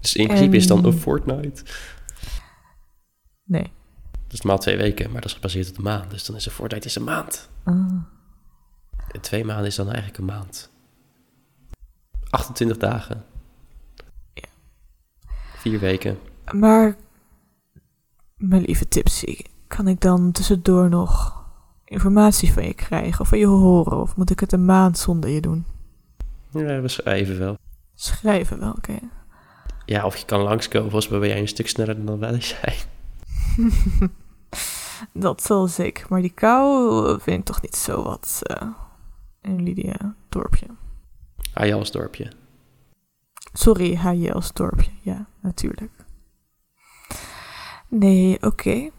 [SPEAKER 4] dus in principe is het dan
[SPEAKER 2] En-
[SPEAKER 4] een fortnight.
[SPEAKER 2] Nee.
[SPEAKER 4] Dat is normaal twee weken, maar dat is gebaseerd op de maan. Dus dan is een fortnight is een maand.
[SPEAKER 2] Ah.
[SPEAKER 4] En twee maanden is dan eigenlijk een maand. 28 dagen.
[SPEAKER 2] Ja.
[SPEAKER 4] Vier weken.
[SPEAKER 2] Maar, mijn lieve Tipsy, kan ik dan tussendoor nog informatie van je krijgen of van je horen? Of moet ik het een maand zonder je doen?
[SPEAKER 4] Ja, we schrijven wel.
[SPEAKER 2] Schrijven wel, oké.
[SPEAKER 4] Ja, of je kan langskomen, volgens mij ben jij een stuk sneller dan wij zijn.
[SPEAKER 2] Dat zal ik, maar die kou eh, vind ik toch niet zo wat eh, in Lydia dorpje.
[SPEAKER 4] Ajals dorpje.
[SPEAKER 2] Sorry, HJL's dorpje. Ja, natuurlijk. Nee, oké. Zijn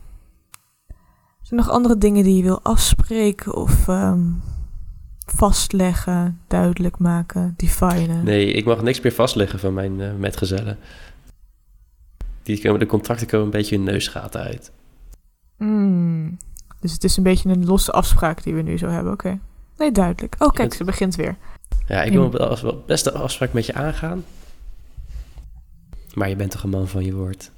[SPEAKER 2] er nog andere dingen die je wil afspreken of ehm, vastleggen, duidelijk maken, definen?
[SPEAKER 4] Nee, ik mag niks meer vastleggen van mijn eh, metgezellen. Die komen, de contracten komen een beetje hun neusgaten uit.
[SPEAKER 2] Hmm. Dus het is een beetje een losse afspraak die we nu zo hebben, oké. Nee, duidelijk. Oh, kijk,
[SPEAKER 4] Het-
[SPEAKER 2] ze begint weer.
[SPEAKER 4] Ja, ik wil wel als- wel best de afspraak met je aangaan. Maar je bent toch een man van je woord.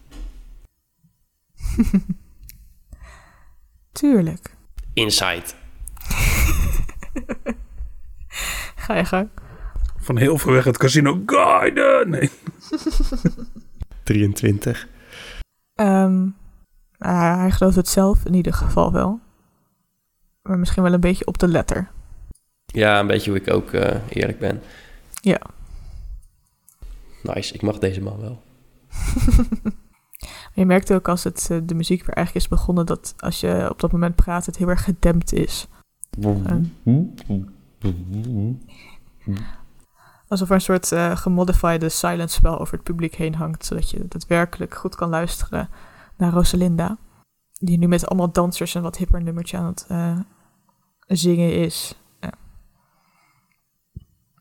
[SPEAKER 2] Tuurlijk.
[SPEAKER 4] Insight.
[SPEAKER 2] Ga je gang.
[SPEAKER 5] Van heel ver weg het casino Garden. Nee.
[SPEAKER 4] 23.
[SPEAKER 2] Ehm, ah, hij gelooft het zelf in ieder geval wel. Maar misschien wel een beetje op de letter.
[SPEAKER 4] Ja, een beetje hoe ik ook eh, eerlijk ben.
[SPEAKER 2] Ja.
[SPEAKER 4] Nice, ik mag deze man wel.
[SPEAKER 2] Je merkte ook als het, eh, de muziek weer eigenlijk is begonnen, dat als je op dat moment praat, het heel erg gedempt is. Ehm. Alsof er een soort eh gemodifiede silence spel over het publiek heen hangt, zodat je daadwerkelijk goed kan luisteren naar Rosalinda. Die nu met allemaal dansers een wat hipper nummertje aan het eh, zingen is. Ja.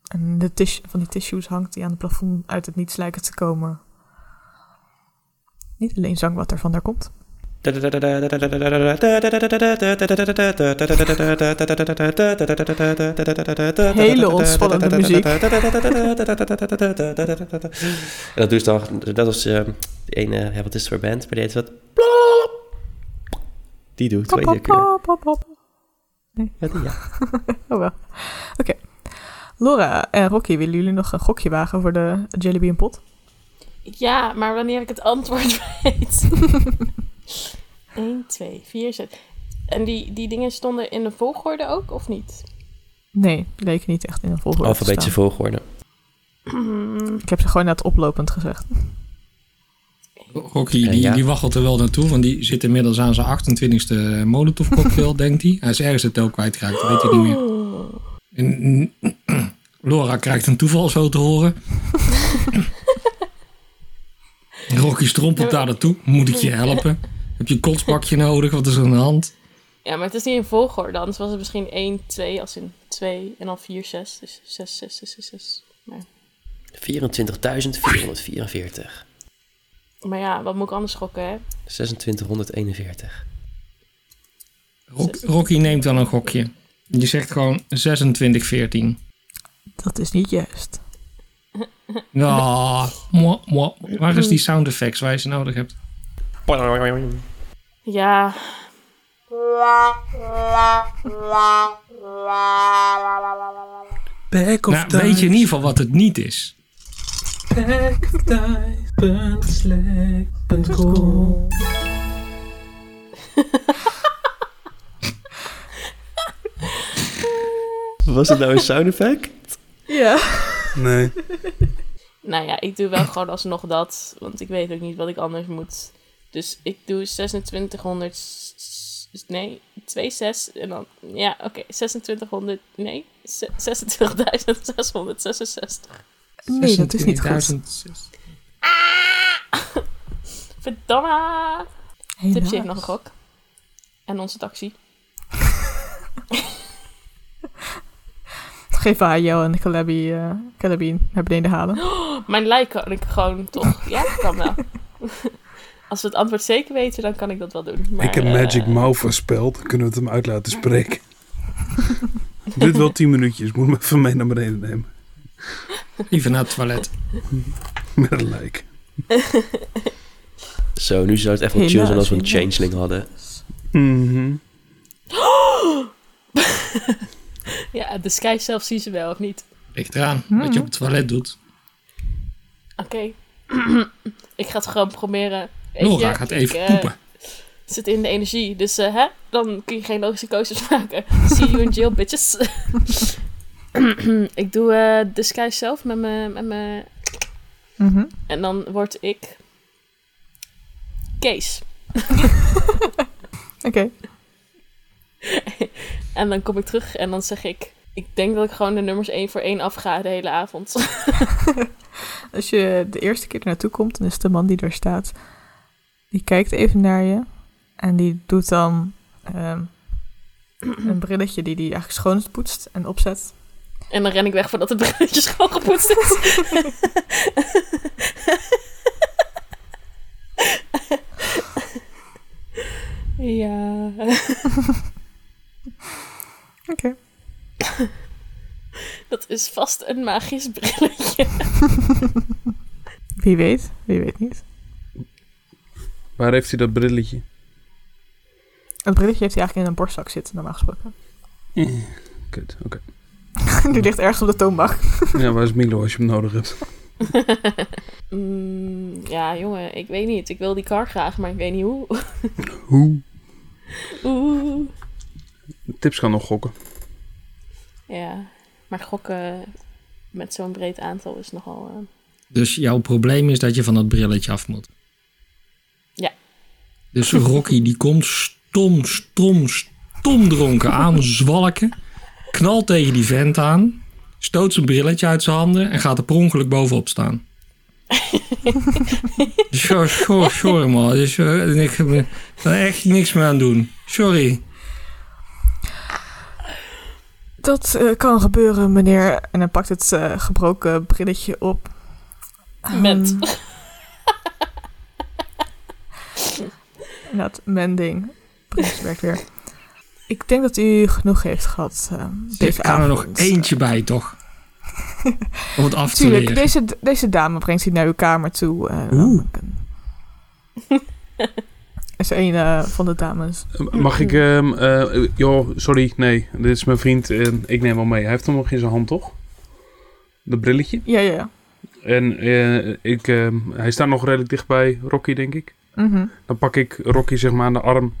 [SPEAKER 2] En de tis- van die tissues hangt die aan het plafond uit het niets lijken te komen. Niet alleen zang wat er van daar komt.
[SPEAKER 7] Hele
[SPEAKER 2] ontspannende muziek.
[SPEAKER 4] En dat doe je dan, dat was eh die ene, ja, wat is het voor band, maar die heet wat... Die doet twee
[SPEAKER 2] Pop,
[SPEAKER 4] keer.
[SPEAKER 2] pop, pop, pop.
[SPEAKER 4] Ja, die, ja.
[SPEAKER 2] Oh wel. Oké. Laura en Rocky, willen jullie nog een gokje wagen voor de Jellybean pot?
[SPEAKER 3] Ja, maar wanneer ik het antwoord weet. 1, 2, 4, 6. En die, die dingen stonden in de volgorde ook, of niet?
[SPEAKER 2] Nee, die leken niet echt in een volgorde te
[SPEAKER 4] Alfabetische
[SPEAKER 2] staan.
[SPEAKER 4] volgorde.
[SPEAKER 2] Ik heb ze gewoon net oplopend gezegd.
[SPEAKER 6] Rocky, die,
[SPEAKER 4] Ja.
[SPEAKER 6] die waggelt er wel naartoe, want die zit inmiddels aan zijn 28e Molotov cocktail, denkt hij. Hij is ergens het tel kwijtgeraakt, dat weet hij niet meer. En- Laura krijgt een toeval zo te horen. Rocky strompelt daar naartoe. Moet ik je helpen? Heb je een kotsbakje nodig? Wat is er aan de hand?
[SPEAKER 3] Ja, maar het is niet in volgorde. Anders was het misschien 1, 2, als in 2 en dan 4, 6. Dus 6, 6, 6, 6, 6. Maar,
[SPEAKER 4] 24.444.
[SPEAKER 3] maar ja, wat moet ik anders gokken, hè?
[SPEAKER 4] 2641.
[SPEAKER 6] Rock- Rocky neemt dan een gokje. Je zegt gewoon 26-14.
[SPEAKER 2] Dat is niet juist. Mm.
[SPEAKER 6] Ja, mwah, mwah. waar is die sound effects waar je ze nodig hebt?
[SPEAKER 3] Ja,
[SPEAKER 5] Back of
[SPEAKER 6] Nou, weet je in ieder geval wat het niet is.
[SPEAKER 4] Was het nou een sound effect?
[SPEAKER 2] Ja.
[SPEAKER 5] Nee.
[SPEAKER 3] nou ja, ik doe wel gewoon alsnog dat. Want ik weet ook niet wat ik anders moet. Dus ik doe 2600. s- s- Nee, 26 en dan. Ja, oké, 2600. Nee, ze- 26.666.
[SPEAKER 2] Nee, dat is niet goed.
[SPEAKER 6] 26.000.
[SPEAKER 3] Verdamme!
[SPEAKER 2] Helaas.
[SPEAKER 3] Tipsy heeft nog een gok. En onze taxi.
[SPEAKER 2] Geef haar jou en Calabi, eh, Calabi naar beneden halen.
[SPEAKER 3] Mijn lijk kan ik gewoon toch. Ja, dat kan wel. Als we het antwoord zeker weten, dan kan ik dat wel doen. Maar,
[SPEAKER 5] ik heb
[SPEAKER 3] eh,
[SPEAKER 5] Magic Mouth voorspeld. Kunnen we het hem uit laten spreken? Dit wel 10 minuutjes. Moet me even mee naar beneden nemen.
[SPEAKER 6] Even naar het toilet.
[SPEAKER 5] Met een lijk.
[SPEAKER 4] Zo, nu zou het echt wel
[SPEAKER 2] Helaas,
[SPEAKER 4] chill zijn als we een
[SPEAKER 2] helaas.
[SPEAKER 4] changeling hadden.
[SPEAKER 5] Mhm.
[SPEAKER 3] Ja, de sky zelf zien ze wel of niet.
[SPEAKER 6] Ligt eraan
[SPEAKER 3] Mm.
[SPEAKER 6] wat je op het toilet doet.
[SPEAKER 3] Oké. ik ga het gewoon proberen. Weet
[SPEAKER 6] Nora
[SPEAKER 3] je,
[SPEAKER 6] gaat
[SPEAKER 3] ik,
[SPEAKER 6] even
[SPEAKER 3] eh,
[SPEAKER 6] poepen.
[SPEAKER 3] zit in de energie, dus eh, hè? dan kun je geen logische keuzes maken. See you in jail, bitches. ik doe eh, de sky zelf met mijn... met mijn-
[SPEAKER 2] Mhm.
[SPEAKER 3] En dan word ik... Kees.
[SPEAKER 2] Oké.
[SPEAKER 3] En dan kom ik terug en dan zeg ik... Ik denk dat ik gewoon de nummers één voor één afga de hele avond.
[SPEAKER 2] Als je de eerste keer er naartoe komt, dan is de man die daar staat. Die kijkt even naar je. En die doet dan ehm, een brilletje die hij eigenlijk schoon poetst en opzet.
[SPEAKER 3] En dan ren ik weg voordat de brilletje schoongepoetst is. ja.
[SPEAKER 2] Oké.
[SPEAKER 3] Dat is vast een magisch brilletje.
[SPEAKER 2] Wie weet, wie weet niet.
[SPEAKER 5] Waar heeft hij dat brilletje?
[SPEAKER 2] Het brilletje heeft hij eigenlijk in een borstzak zitten, normaal gesproken.
[SPEAKER 5] Kut, oké.
[SPEAKER 2] die ligt ergens op de toonbank.
[SPEAKER 5] Ja, waar is Milo als je hem nodig hebt?
[SPEAKER 3] Mm, ja, jongen, ik weet niet. Ik wil die kar graag, maar ik weet niet hoe.
[SPEAKER 5] Hoe?
[SPEAKER 3] Oeh.
[SPEAKER 5] Tips kan nog gokken.
[SPEAKER 3] Ja, maar gokken met zo'n breed aantal is nogal... eh,
[SPEAKER 6] Dus jouw probleem is dat je van dat brilletje af moet.
[SPEAKER 3] Ja.
[SPEAKER 6] Dus Rocky die komt stom, stom, stom dronken aan, zwalken. Knalt tegen die vent aan. Stoot zijn brilletje uit zijn handen en gaat er per ongeluk bovenop staan. sorry, sorry, sorry man. Dus, eh, ik heb er echt niks meer aan doen. Sorry.
[SPEAKER 2] Dat eh, kan gebeuren, meneer. En hij pakt het eh, gebroken brilletje op.
[SPEAKER 3] Ment.
[SPEAKER 2] Ehm, Inderdaad, Ehm, mending. Prins werkt weer. Ik denk dat u genoeg heeft gehad eh,
[SPEAKER 6] Er
[SPEAKER 2] deze
[SPEAKER 6] kan er
[SPEAKER 2] avond.
[SPEAKER 6] nog eentje bij toch? Om het af te
[SPEAKER 2] Tuurlijk, dus-
[SPEAKER 6] leren.
[SPEAKER 2] deze, deze dame brengt u naar uw kamer toe. eh,
[SPEAKER 6] Oeh.
[SPEAKER 2] is een eh, van de dames.
[SPEAKER 5] Mag ik hem... eh, joh, sorry, nee. Dit is mijn vriend en ik neem wel mee. Hij heeft hem nog in zijn hand, toch? Dat brilletje.
[SPEAKER 2] Ja, ja, ja.
[SPEAKER 5] En eh, ik, eh, hij staat nog redelijk dichtbij Rocky, denk ik.
[SPEAKER 2] Mhm.
[SPEAKER 5] Dan pak ik Rocky zeg maar aan de arm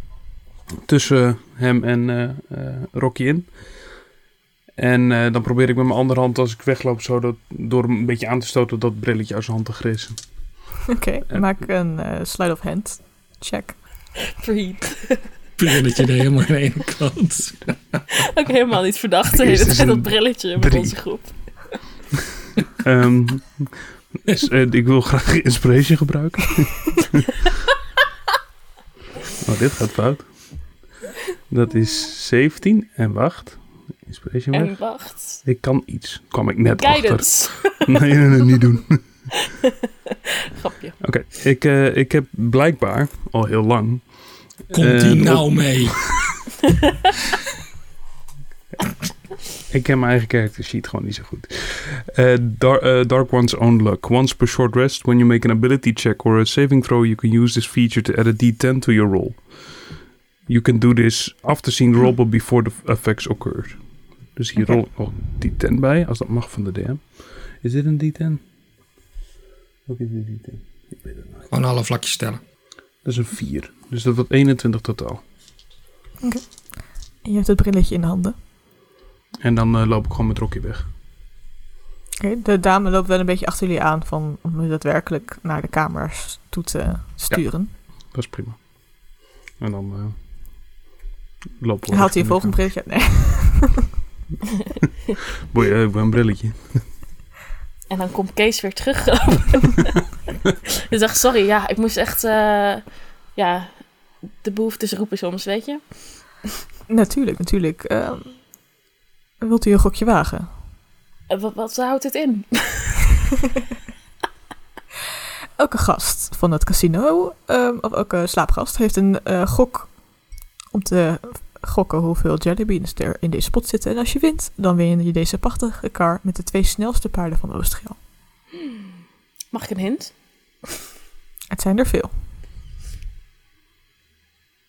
[SPEAKER 5] tussen hem en eh, eh, Rocky in. En eh, dan probeer ik met mijn andere hand als ik wegloop zo dat, door hem een beetje aan te stoten dat brilletje uit zijn hand te grissen.
[SPEAKER 2] Oké,
[SPEAKER 5] Eh.
[SPEAKER 2] maak een eh slide of hand. Check.
[SPEAKER 3] eh, Breed.
[SPEAKER 6] Brilletje er helemaal aan de ene kant.
[SPEAKER 3] Ook helemaal niet verdacht.
[SPEAKER 5] Eerst
[SPEAKER 3] hè, Dat
[SPEAKER 5] is
[SPEAKER 3] is dat
[SPEAKER 5] een
[SPEAKER 3] brilletje met
[SPEAKER 5] drie.
[SPEAKER 3] onze groep.
[SPEAKER 5] Ehm, dus, eh, ik wil graag inspiration gebruiken. oh, dit gaat fout. Dat is 17 en wacht. Inspiration weg.
[SPEAKER 3] En wacht.
[SPEAKER 5] Ik kan iets. Kwam ik net achter.
[SPEAKER 3] Guidance.
[SPEAKER 5] Nee, nee, nee, niet doen.
[SPEAKER 3] Grapje.
[SPEAKER 5] Oké, ik, eh, ik heb blijkbaar al heel lang.
[SPEAKER 6] Komt nou
[SPEAKER 5] Eh,
[SPEAKER 6] die
[SPEAKER 5] op-
[SPEAKER 6] nou mee?
[SPEAKER 5] Ik ken mijn eigen character sheet gewoon niet zo goed. Eh, dar- eh, dark One's Own Luck. Once per short rest, when you make an ability check or a saving throw, you can use this feature to add a d10 to your roll. You can do this after seeing the roll, but before the f- effects occur. Dus hier
[SPEAKER 2] Oké.
[SPEAKER 5] rol ik nog d10 bij, als dat mag van de DM. Is dit een d10? Wat is dit d10? Ik weet het niet.
[SPEAKER 6] Gewoon alle vlakjes stellen.
[SPEAKER 5] Dat is een 4. Dus dat wordt 21 totaal.
[SPEAKER 2] En je hebt het brilletje in de handen.
[SPEAKER 5] En dan eh, loop ik gewoon met Rocky weg.
[SPEAKER 2] Oké, de dame loopt wel een beetje achter jullie aan van om u daadwerkelijk naar de kamers toe te sturen.
[SPEAKER 5] Dat is prima. En dan eh, lopen we.
[SPEAKER 2] en haalt hij
[SPEAKER 5] richting
[SPEAKER 2] een volgend
[SPEAKER 5] de kamer.
[SPEAKER 2] brilletje? Nee.
[SPEAKER 5] Boei, eh, ik ben een brilletje.
[SPEAKER 3] En dan komt Kees weer terug. ik dacht, sorry, ja, ik moest echt... eh, ja, de behoeftes roepen soms, weet je?
[SPEAKER 2] Natuurlijk, natuurlijk. Ehm, wilt u een gokje wagen?
[SPEAKER 3] Eh, Wat, wat houdt het in?
[SPEAKER 2] Elke gast van het casino, ehm, of elke slaapgast, heeft een eh, gok om te gokken hoeveel jellybeans er in deze pot zitten. En als je wint, dan win je deze prachtige kar met de twee snelste paarden van Oostgel.
[SPEAKER 3] Mag ik een hint?
[SPEAKER 2] Het zijn er veel.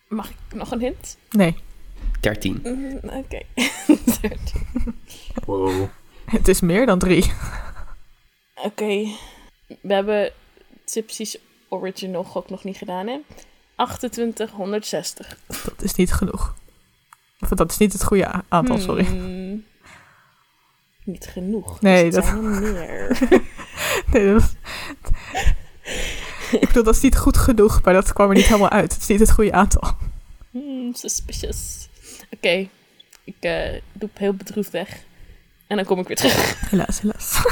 [SPEAKER 3] Mag ik nog een hint?
[SPEAKER 2] Nee,
[SPEAKER 4] 13.
[SPEAKER 3] Mm, Oké.
[SPEAKER 5] Wow.
[SPEAKER 2] het is meer dan drie.
[SPEAKER 3] Oké. We hebben Tipsy's original gok nog niet gedaan, hè? 2860.
[SPEAKER 2] Dat is niet genoeg. Of dat is niet het goede a- aantal, Oh, sorry.
[SPEAKER 3] Hmm. Niet genoeg.
[SPEAKER 2] Nee,
[SPEAKER 3] dus het
[SPEAKER 2] dat-
[SPEAKER 3] zijn er meer.
[SPEAKER 2] Nee, dat was- Dus- Ik bedoel, dat is niet goed genoeg, maar dat kwam er niet helemaal uit. Het is niet het goede aantal.
[SPEAKER 3] Hmm, suspicious. Oké. Ik eh, doe heel bedroefd weg. En dan kom ik weer terug
[SPEAKER 2] Helaas, helaas.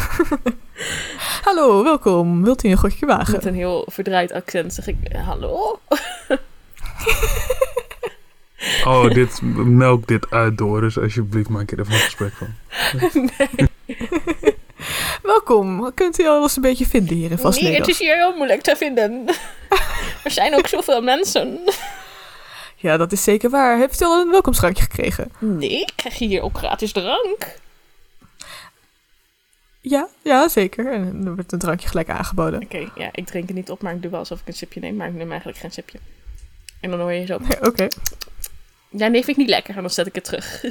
[SPEAKER 2] Hallo, welkom. Wilt u een gokje wagen?
[SPEAKER 3] met een heel verdraaid accent. Zeg ik, hallo?
[SPEAKER 5] Oh, dit, melk dit uit, Doris. Alsjeblieft, maak er even een gesprek van.
[SPEAKER 3] nee,
[SPEAKER 2] Welkom. Kunt u alles een beetje vinden hier in
[SPEAKER 3] nee,
[SPEAKER 2] Vastnederland?
[SPEAKER 3] het is hier heel moeilijk te vinden. er zijn ook zoveel mensen.
[SPEAKER 2] Ja, dat is zeker waar. Heeft u al een welkomstdrankje gekregen?
[SPEAKER 3] Nee, krijg je hier ook gratis drank?
[SPEAKER 2] Ja, ja, zeker. En er wordt een drankje gelijk aangeboden.
[SPEAKER 3] Oké, ja, ik drink het niet op, maar ik doe wel alsof ik een sipje neem, maar ik neem eigenlijk geen sipje. En dan hoor je zo,
[SPEAKER 2] Oké,
[SPEAKER 3] ja, nee, vind ik niet lekker, en dan zet ik het terug.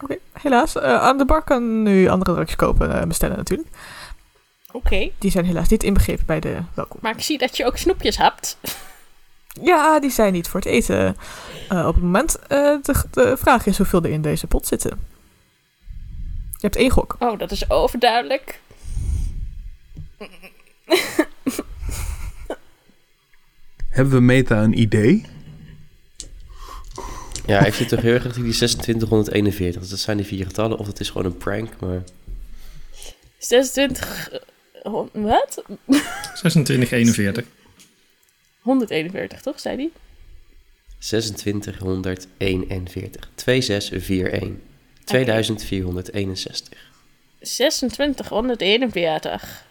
[SPEAKER 2] oké. helaas. eh, aan de bar kan u andere drankjes kopen en bestellen natuurlijk.
[SPEAKER 3] Oké,
[SPEAKER 2] Die zijn helaas niet inbegrepen bij de welkom.
[SPEAKER 3] maar ik zie dat je ook snoepjes hebt.
[SPEAKER 2] Ja, die zijn niet voor het eten eh, op het moment. Eh, de, de vraag is hoeveel er in deze pot zitten. Je hebt één gok.
[SPEAKER 3] Oh, dat is overduidelijk.
[SPEAKER 5] Hebben we Meta een idee?
[SPEAKER 4] Ja, heeft je toch heel erg die 2641. Dus dat zijn die vier getallen. Of dat is gewoon een prank, maar...
[SPEAKER 3] 26, eh, hon- wat?
[SPEAKER 6] 26, 41.
[SPEAKER 3] 141, toch, zei die?
[SPEAKER 4] 2641. 2641. 2461.
[SPEAKER 3] 2641.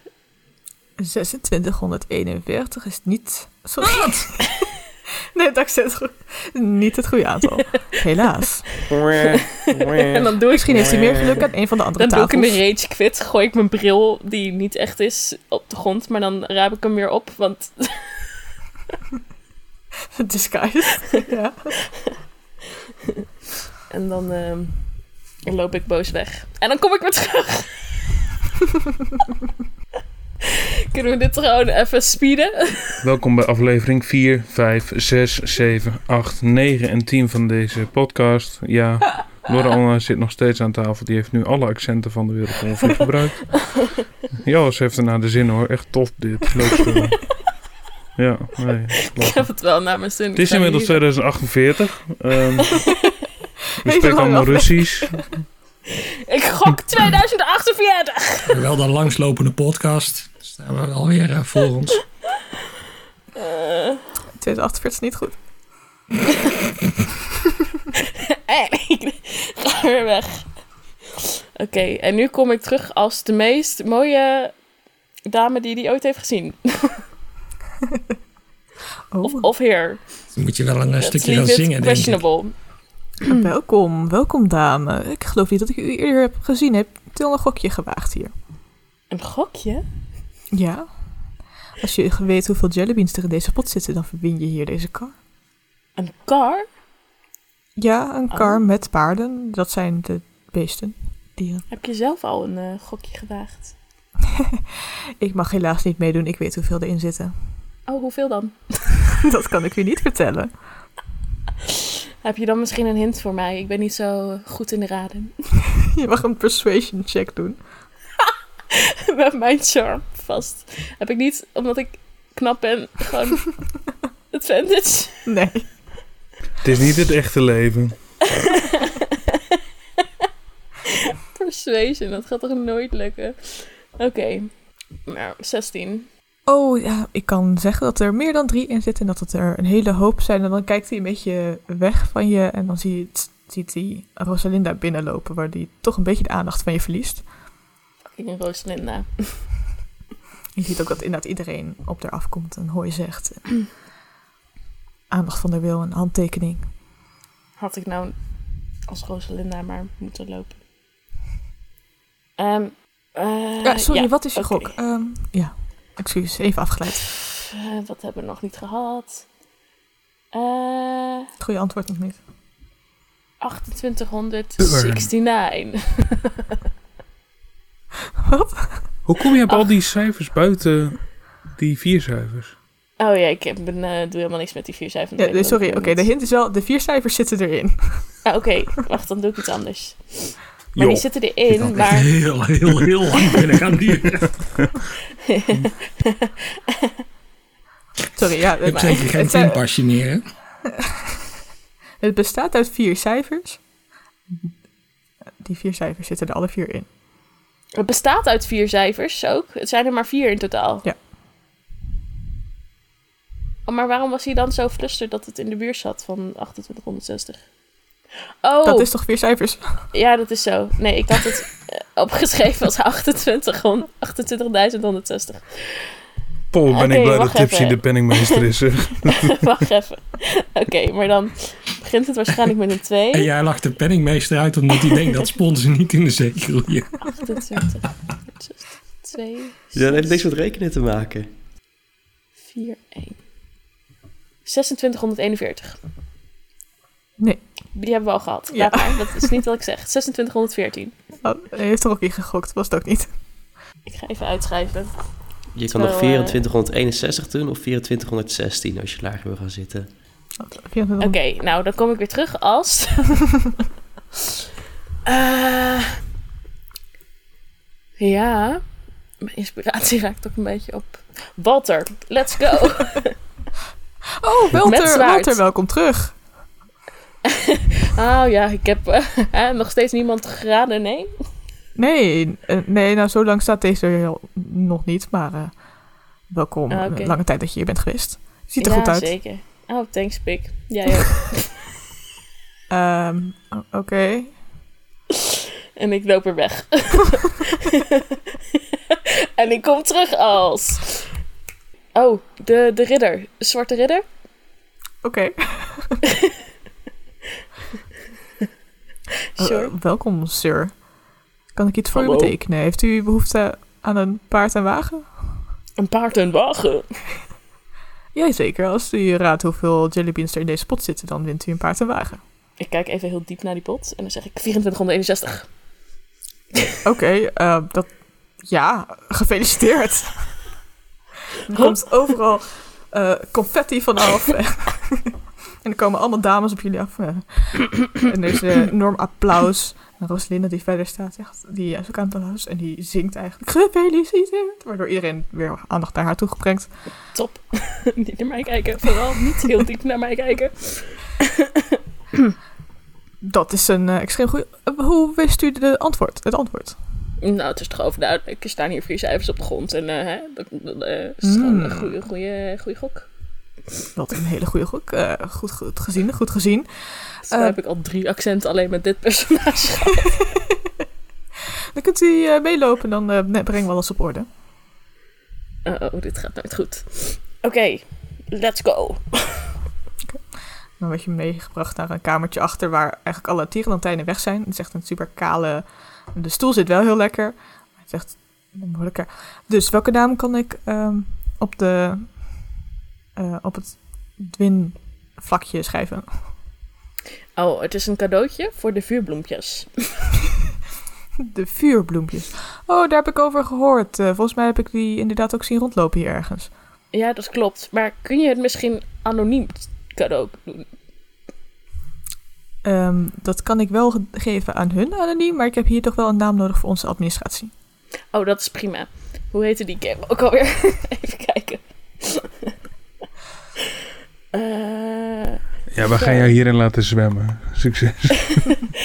[SPEAKER 2] 2641 is niet. Sorry. nee, het accent goed. Niet het goede aantal. Helaas.
[SPEAKER 3] En dan doe ik
[SPEAKER 2] Misschien heeft hij meer geluk aan een van de andere
[SPEAKER 3] Dan doe ik
[SPEAKER 2] tafels.
[SPEAKER 3] hem in rage quit, gooi ik mijn bril, die niet echt is, op de grond, maar dan raap ik hem weer op, want
[SPEAKER 2] Disguised. ja.
[SPEAKER 3] En dan ehm, dan loop ik boos weg. En dan kom ik weer terug. Kunnen we dit gewoon even speeden?
[SPEAKER 5] Welkom bij aflevering 4, 5, 6, 7, 8, 9 en 10 van deze podcast. Ja, Laura Anna zit nog steeds aan tafel. Die heeft nu alle accenten van de wereld ongeveer gebruikt. Ja, ze heeft er naar de zin hoor. Echt tof dit. Leuk spel. Ja, nee.
[SPEAKER 3] Ik heb het wel naar mijn zin.
[SPEAKER 5] Het is inmiddels eh, 2048. Ehm we
[SPEAKER 2] Hele lange
[SPEAKER 5] spreken allemaal
[SPEAKER 2] aflevering.
[SPEAKER 5] Russisch.
[SPEAKER 3] Ik gok 2048!
[SPEAKER 6] Wel de langslopende podcast. Staan we wel weer eh, voor ons.
[SPEAKER 3] Eh,
[SPEAKER 2] 248 is niet goed.
[SPEAKER 3] en ik ga weer weg. Oké, en nu kom ik terug als de meest mooie dame die die ooit heeft gezien.
[SPEAKER 2] Oh.
[SPEAKER 3] Of, of heer.
[SPEAKER 6] Dan moet je wel een eh,
[SPEAKER 3] Let's
[SPEAKER 6] stukje
[SPEAKER 3] leave
[SPEAKER 6] eh, gaan
[SPEAKER 3] it
[SPEAKER 6] zingen, denk ik.
[SPEAKER 3] questionable.
[SPEAKER 2] Welkom, welkom dame. Ik geloof niet dat ik u eerder heb gezien. Heb Til een gokje gewaagd hier.
[SPEAKER 3] Een gokje?
[SPEAKER 2] Ja. Als je weet hoeveel jellybeans er in deze pot zitten, dan verwin je hier deze kar.
[SPEAKER 3] Een kar?
[SPEAKER 2] Ja, een kar met paarden. Dat zijn de beesten. Dieren.
[SPEAKER 3] Heb je zelf al een eh, gokje gewaagd?
[SPEAKER 2] Ik mag helaas niet meedoen. Ik weet hoeveel erin zitten.
[SPEAKER 3] Oh, hoeveel dan?
[SPEAKER 2] Dat kan ik u niet vertellen.
[SPEAKER 3] Heb je dan misschien een hint voor mij? Ik ben niet zo eh, goed in de raden.
[SPEAKER 2] Je mag een persuasion check doen.
[SPEAKER 3] Met mijn charm vast. Heb ik niet, omdat ik knap ben, gewoon advantage.
[SPEAKER 2] Nee.
[SPEAKER 5] Het is niet het echte leven.
[SPEAKER 3] Persuasion, dat gaat toch nooit lukken? Oké. Nou, 16.
[SPEAKER 2] Oh ja, ik kan zeggen dat er meer dan drie in zitten en dat het er een hele hoop zijn. En dan kijkt hij een beetje weg van je en dan zie je, ziet hij Rosalinda binnenlopen, waar die toch een beetje de aandacht van je verliest.
[SPEAKER 3] Fucking Rosalinda.
[SPEAKER 2] Je ziet ook dat inderdaad iedereen op haar afkomt en hooi zegt. Aandacht van de wil, een handtekening.
[SPEAKER 3] Had ik nou als Rosalinda maar moeten lopen. Ehm eh,
[SPEAKER 2] Ja, Ah, sorry,
[SPEAKER 3] ja,
[SPEAKER 2] wat is je
[SPEAKER 3] oké.
[SPEAKER 2] gok? Ehm, ja, excuus, even afgeleid.
[SPEAKER 3] Eh, wat hebben we nog niet gehad? Eh
[SPEAKER 2] Het goede antwoord nog niet.
[SPEAKER 3] 2869.
[SPEAKER 5] Hoe kom je op al die cijfers buiten die vier cijfers?
[SPEAKER 3] Oh ja, ik heb, ben, eh, doe helemaal niks met die vier cijfers.
[SPEAKER 2] Ja, nee, sorry, oké, de hint is wel, de vier cijfers zitten erin.
[SPEAKER 3] Ah, Oké, wacht, dan doe ik iets anders. Maar
[SPEAKER 5] Joh,
[SPEAKER 3] die zitten erin,
[SPEAKER 6] Echt
[SPEAKER 3] maar...
[SPEAKER 6] heel, heel, heel lang binnen gaan duren.
[SPEAKER 2] Sorry, ja.
[SPEAKER 6] Ik
[SPEAKER 2] maar-
[SPEAKER 6] zeg je geen
[SPEAKER 2] het zijn-
[SPEAKER 6] pinpasje meer, hè?
[SPEAKER 2] Het bestaat uit vier cijfers. Die vier cijfers zitten er alle vier in.
[SPEAKER 3] Het bestaat uit vier cijfers ook. Het zijn er maar vier in totaal.
[SPEAKER 2] Ja.
[SPEAKER 3] Oh, maar waarom was hij dan zo fluster dat het in de buurt zat van 2860? Oh,
[SPEAKER 2] Dat is toch vier cijfers?
[SPEAKER 3] ja, dat is zo. Nee, ik had het eh, opgeschreven als 28 hon- 28.160.
[SPEAKER 5] Paul, ben
[SPEAKER 3] Oké,
[SPEAKER 5] ik blij dat
[SPEAKER 3] wacht
[SPEAKER 5] Tipsy
[SPEAKER 3] even.
[SPEAKER 5] de penningmeester is. zeg.
[SPEAKER 3] Wacht even. Oké, maar dan begint het waarschijnlijk met een 2.
[SPEAKER 6] En jij lacht de penningmeester uit omdat hij denkt dat sponsen niet in de zee groeien.
[SPEAKER 3] 28, 68, 2,
[SPEAKER 4] Ja, dat heeft niks met rekenen te maken.
[SPEAKER 3] 4, 1. 2641.
[SPEAKER 2] Nee.
[SPEAKER 3] Die hebben we al gehad.
[SPEAKER 2] Ja.
[SPEAKER 3] Ja. maar, dat is niet wat ik zeg. 2614.
[SPEAKER 2] Oh, hij heeft er ook in gegokt, was het ook niet.
[SPEAKER 3] Ik ga even uitschrijven.
[SPEAKER 4] Je kan
[SPEAKER 3] Terwijl,
[SPEAKER 4] nog
[SPEAKER 3] eh,
[SPEAKER 4] 2461 doen of 2416 als je lager wil gaan zitten.
[SPEAKER 3] Oké, nou dan kom ik weer terug als. Eh, ja. Mijn inspiratie raakt ook een beetje op. Walter, let's go.
[SPEAKER 2] Oh,
[SPEAKER 3] Met
[SPEAKER 2] Walter,
[SPEAKER 3] zwaard.
[SPEAKER 2] Walter, welkom terug.
[SPEAKER 3] Oh ja, ik heb eh, eh, nog steeds niemand geraden, nee.
[SPEAKER 2] Nee, eh, nee, nou zo lang staat deze er al- nog niet, maar eh, welkom.
[SPEAKER 3] Ah, oké.
[SPEAKER 2] Lange tijd dat je hier bent geweest. Ziet er
[SPEAKER 3] ja,
[SPEAKER 2] goed uit.
[SPEAKER 3] zeker. Oh, thanks, Pik. Jij ook.
[SPEAKER 2] Ehm, o- oké.
[SPEAKER 3] en ik loop er weg. en ik kom terug als... Oh, de, de ridder. Zwarte ridder?
[SPEAKER 2] Oké. Eh,
[SPEAKER 3] Sure.
[SPEAKER 2] Eh, welkom, sir. Kan ik iets voor u
[SPEAKER 3] Hallo.
[SPEAKER 2] betekenen? Heeft u behoefte aan een paard en wagen?
[SPEAKER 3] Een paard en wagen.
[SPEAKER 2] Jazeker, als u raadt hoeveel jellybeans er in deze pot zitten, dan wint u een paard en wagen.
[SPEAKER 3] Ik kijk even heel diep naar die pot en dan zeg ik 2461.
[SPEAKER 2] Oké, eh, dat... Ja, gefeliciteerd. Er komt overal eh, confetti vanaf. en er komen allemaal dames op jullie af. eh. en er is eh, enorm applaus. En Rosalinda die verder staat, echt, die is ook aan het applaus. En die zingt eigenlijk gefeliciteerd. Waardoor iedereen weer aandacht naar haar toe gebrengt.
[SPEAKER 3] Top. niet naar mij kijken. Vooral niet heel diep naar mij kijken.
[SPEAKER 2] Dat is een eh, extreem goede... hoe wist u de antwoord, het antwoord?
[SPEAKER 3] Nou, het is toch overduidelijk. Er staan hier vier cijfers op de grond. En eh, hè, dat, dat eh, is gewoon
[SPEAKER 2] Mm.
[SPEAKER 3] een goede, goede, goede gok.
[SPEAKER 2] Wat een hele goede gok. Eh, goed, goed gezien, goed gezien.
[SPEAKER 3] Zo
[SPEAKER 2] Eh,
[SPEAKER 3] Dus heb ik al drie accenten alleen met dit personage.
[SPEAKER 2] Dan kunt u eh, meelopen, dan eh, ne- brengen we alles op orde.
[SPEAKER 3] oh, dit gaat nooit goed. Oké, let's go.
[SPEAKER 2] Dan word je meegebracht naar een kamertje achter waar eigenlijk alle tierenlantijnen weg zijn. Het is echt een super kale... De stoel zit wel heel lekker, maar het is echt moeilijker. Dus welke naam kan ik ehm, op, de, eh, op het dwinvlakje schrijven?
[SPEAKER 3] Oh, het is een cadeautje voor de vuurbloempjes.
[SPEAKER 2] De vuurbloempjes. Oh, daar heb ik over gehoord. Eh, volgens mij heb ik die inderdaad ook zien rondlopen hier ergens.
[SPEAKER 3] Ja, dat klopt. Maar kun je het misschien anoniem cadeau doen?
[SPEAKER 2] Ehm, dat kan ik wel ge- geven aan hun anoniem, maar ik heb hier toch wel een naam nodig voor onze administratie.
[SPEAKER 3] Oh, dat is prima. Hoe heette die game ook alweer? Even kijken. Eh,
[SPEAKER 5] Ja, we gaan jou hierin laten zwemmen. Succes.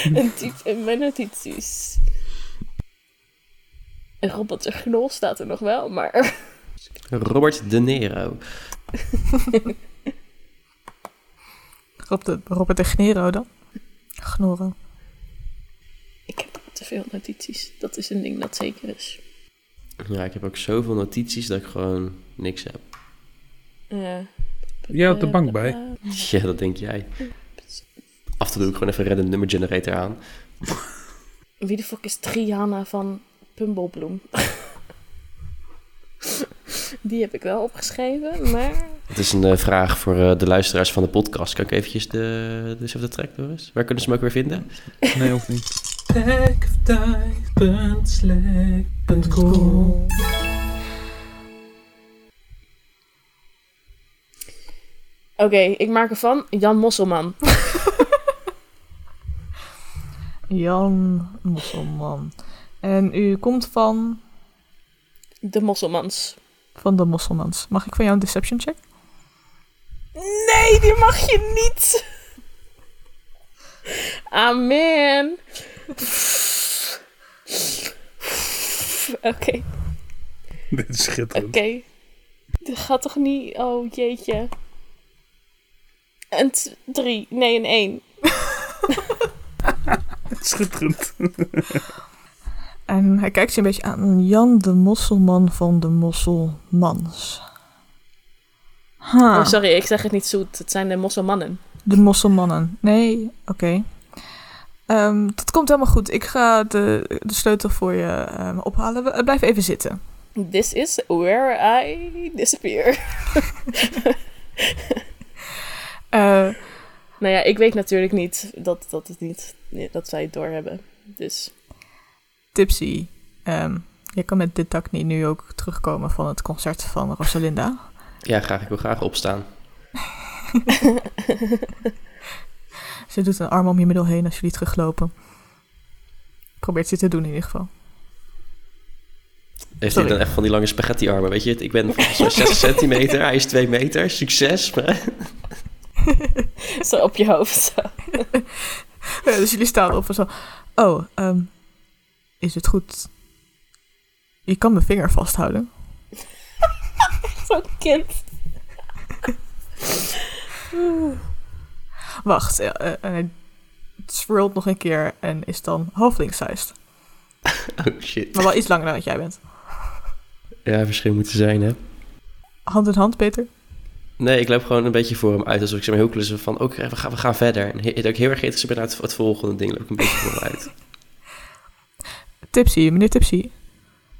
[SPEAKER 3] een type in mijn notities. Robert de Gnol staat er nog wel, maar...
[SPEAKER 4] Robert De Niro.
[SPEAKER 2] Rob de, Robert de Gnero dan? Gnoro.
[SPEAKER 3] Ik heb te veel notities. Dat is een ding dat zeker is.
[SPEAKER 4] Ja, ik heb ook zoveel notities dat ik gewoon niks heb.
[SPEAKER 3] Ja.
[SPEAKER 5] Jij had de bank bij.
[SPEAKER 4] Ja, dat denk jij. Af en toe doe ik gewoon even een random nummer generator aan.
[SPEAKER 3] Wie de fuck is Triana van Pumbelbloem? Die heb ik wel opgeschreven, maar
[SPEAKER 4] Het is een eh, vraag voor eh, de luisteraars van de podcast. Kan ik eventjes de, dus of de track door eens? Waar kunnen ze hem ook weer vinden?
[SPEAKER 5] Nee, of niet?
[SPEAKER 3] oké, ik maak ervan Jan Mosselman.
[SPEAKER 2] Jan Mosselman. En u komt van,
[SPEAKER 3] De Mosselmans.
[SPEAKER 2] van de Mosselmans. Mag ik van jou een deception check?
[SPEAKER 3] Nee, die mag je niet. Amen. Oké, oké.
[SPEAKER 5] Dit is schitterend.
[SPEAKER 3] Dat gaat toch niet? Oh jeetje. Een t- drie. Nee, een één.
[SPEAKER 5] Schitterend.
[SPEAKER 2] En hij kijkt je een beetje aan. Jan de Mosselman van de Mosselmans. Ha, Ah.
[SPEAKER 3] Oh, sorry, ik zeg het niet zoet. Het zijn de mosselmannen.
[SPEAKER 2] de Mosselmannen. Nee, oké. Ehm, dat komt helemaal goed. Ik ga de, de sleutel voor je ehm, ophalen. We- eh, Blijf even zitten.
[SPEAKER 3] This is where I disappear.
[SPEAKER 2] Eh,
[SPEAKER 3] Nou ja, ik weet natuurlijk niet dat, dat, het niet, nee, dat zij het doorhebben. Dus
[SPEAKER 2] Tipsy, ehm, je kan met dit tak niet nu ook terugkomen van het concert van Rosalinda.
[SPEAKER 4] Ja, graag. Ik wil graag opstaan.
[SPEAKER 2] Ze doet een arm om je middel heen als jullie teruglopen. Probeert ze te doen in ieder geval.
[SPEAKER 4] Heeft hij
[SPEAKER 2] Sorry.
[SPEAKER 4] dan echt van die lange spaghetti-armen? Weet je, het? ik ben van zo'n 6 centimeter, hij is 2 meter. Succes. Oh,
[SPEAKER 3] zo op je hoofd.
[SPEAKER 2] Ja, dus jullie staan op en zo. Oh, ehm, is het goed? Je kan mijn vinger vasthouden.
[SPEAKER 3] Zo'n kind.
[SPEAKER 2] Wacht, eh, eh, en hij swirlt nog een keer en is dan halfling-sized.
[SPEAKER 4] Oh shit.
[SPEAKER 2] Maar wel iets langer dan dat jij bent.
[SPEAKER 4] Ja, verschil moet er zijn, hè?
[SPEAKER 2] Hand in hand, Peter.
[SPEAKER 4] Nee, ik loop gewoon een beetje voor hem uit. Alsof ik zeg maar heel klussen van, oké, we, gaan, we gaan verder. En he- dat ik heel erg geïnteresseerd ben naar het, het volgende ding. Loop ik een beetje voor hem uit.
[SPEAKER 2] Tipsy, meneer Tipsy.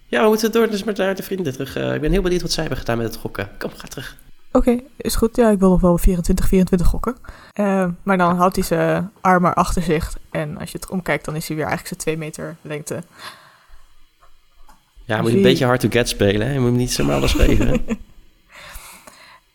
[SPEAKER 4] Ja, we moeten door dus met naar de vrienden terug. eh, ik ben heel benieuwd wat zij hebben gedaan met het gokken. Kom, ga terug.
[SPEAKER 2] Oké, is goed. Ja, ik wil nog wel 24, 24 gokken. Eh, maar dan houdt hij zijn arm maar achter zich. En als je het omkijkt, dan is hij weer eigenlijk zijn 2 meter lengte.
[SPEAKER 4] Ja, je moet een beetje hard to get spelen, hè? Je moet hem niet zomaar alles geven. hè?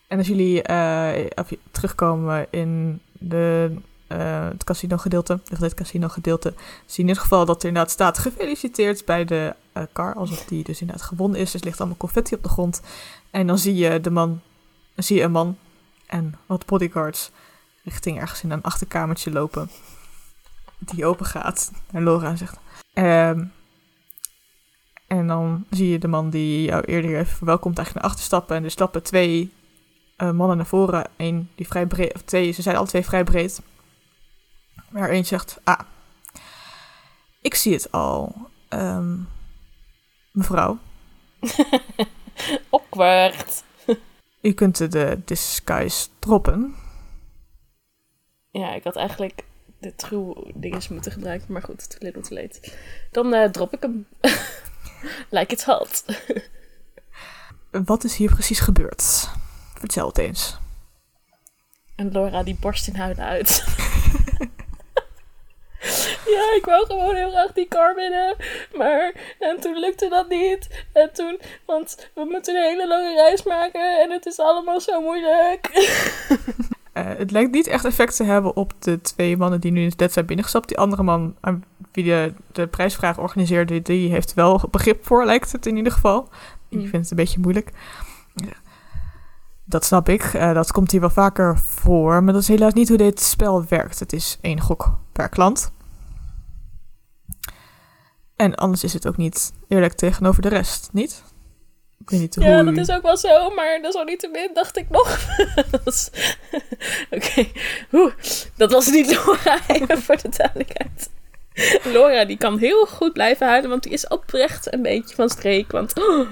[SPEAKER 2] En als jullie eh, of je- terugkomen in de, eh, het casino gedeelte, of dit casino gedeelte, zie je in ieder geval dat er inderdaad staat gefeliciteerd bij de eh, car, alsof die dus inderdaad gewonnen is. Dus er ligt allemaal confetti op de grond. En dan zie je de man, dan zie je een man en wat bodyguards richting ergens in een achterkamertje lopen. Die open gaat naar Laura en zegt. ehm, en dan zie je de man die jou eerder heeft verwelkomd eigenlijk naar achter stappen. En er stappen twee eh, mannen naar voren. Eén die vrij breed, of twee, ze zijn alle twee vrij breed. Maar één zegt, ah, ik zie het al, ehm, mevrouw.
[SPEAKER 3] Awkward.
[SPEAKER 2] U kunt de disguise droppen.
[SPEAKER 3] Ja, ik had eigenlijk de true dinges moeten gebruiken, maar goed, too little too late. Dan eh, drop ik hem. like it's hot.
[SPEAKER 2] Wat is hier precies gebeurd? Vertel het eens.
[SPEAKER 3] En Laura die borst in huilen uit. ja, ik wou gewoon heel graag die car winnen. Maar en toen lukte dat niet. En toen, want we moeten een hele lange reis maken en het is allemaal zo moeilijk.
[SPEAKER 2] Eh, het lijkt niet echt effect te hebben op de twee mannen die nu in het bed zijn binnengestapt. Die andere man aan wie de, de prijsvraag organiseerde, die heeft wel begrip voor, lijkt het in ieder geval. Ik
[SPEAKER 3] Mm.
[SPEAKER 2] vind het een beetje moeilijk. Ja. Dat snap ik. Eh, dat komt hier wel vaker voor. Maar dat is helaas niet hoe dit spel werkt. Het is één gok per klant. En anders is het ook niet eerlijk tegenover de rest, niet? Ik weet niet hoe...
[SPEAKER 3] Ja, dat is ook wel zo, maar dat is al niet te min, dacht ik nog. Dus- Oké, Oeh, dat was niet Laura, even voor de duidelijkheid. Laura, die kan heel goed blijven huilen, want die is oprecht een beetje van streek. Want oh,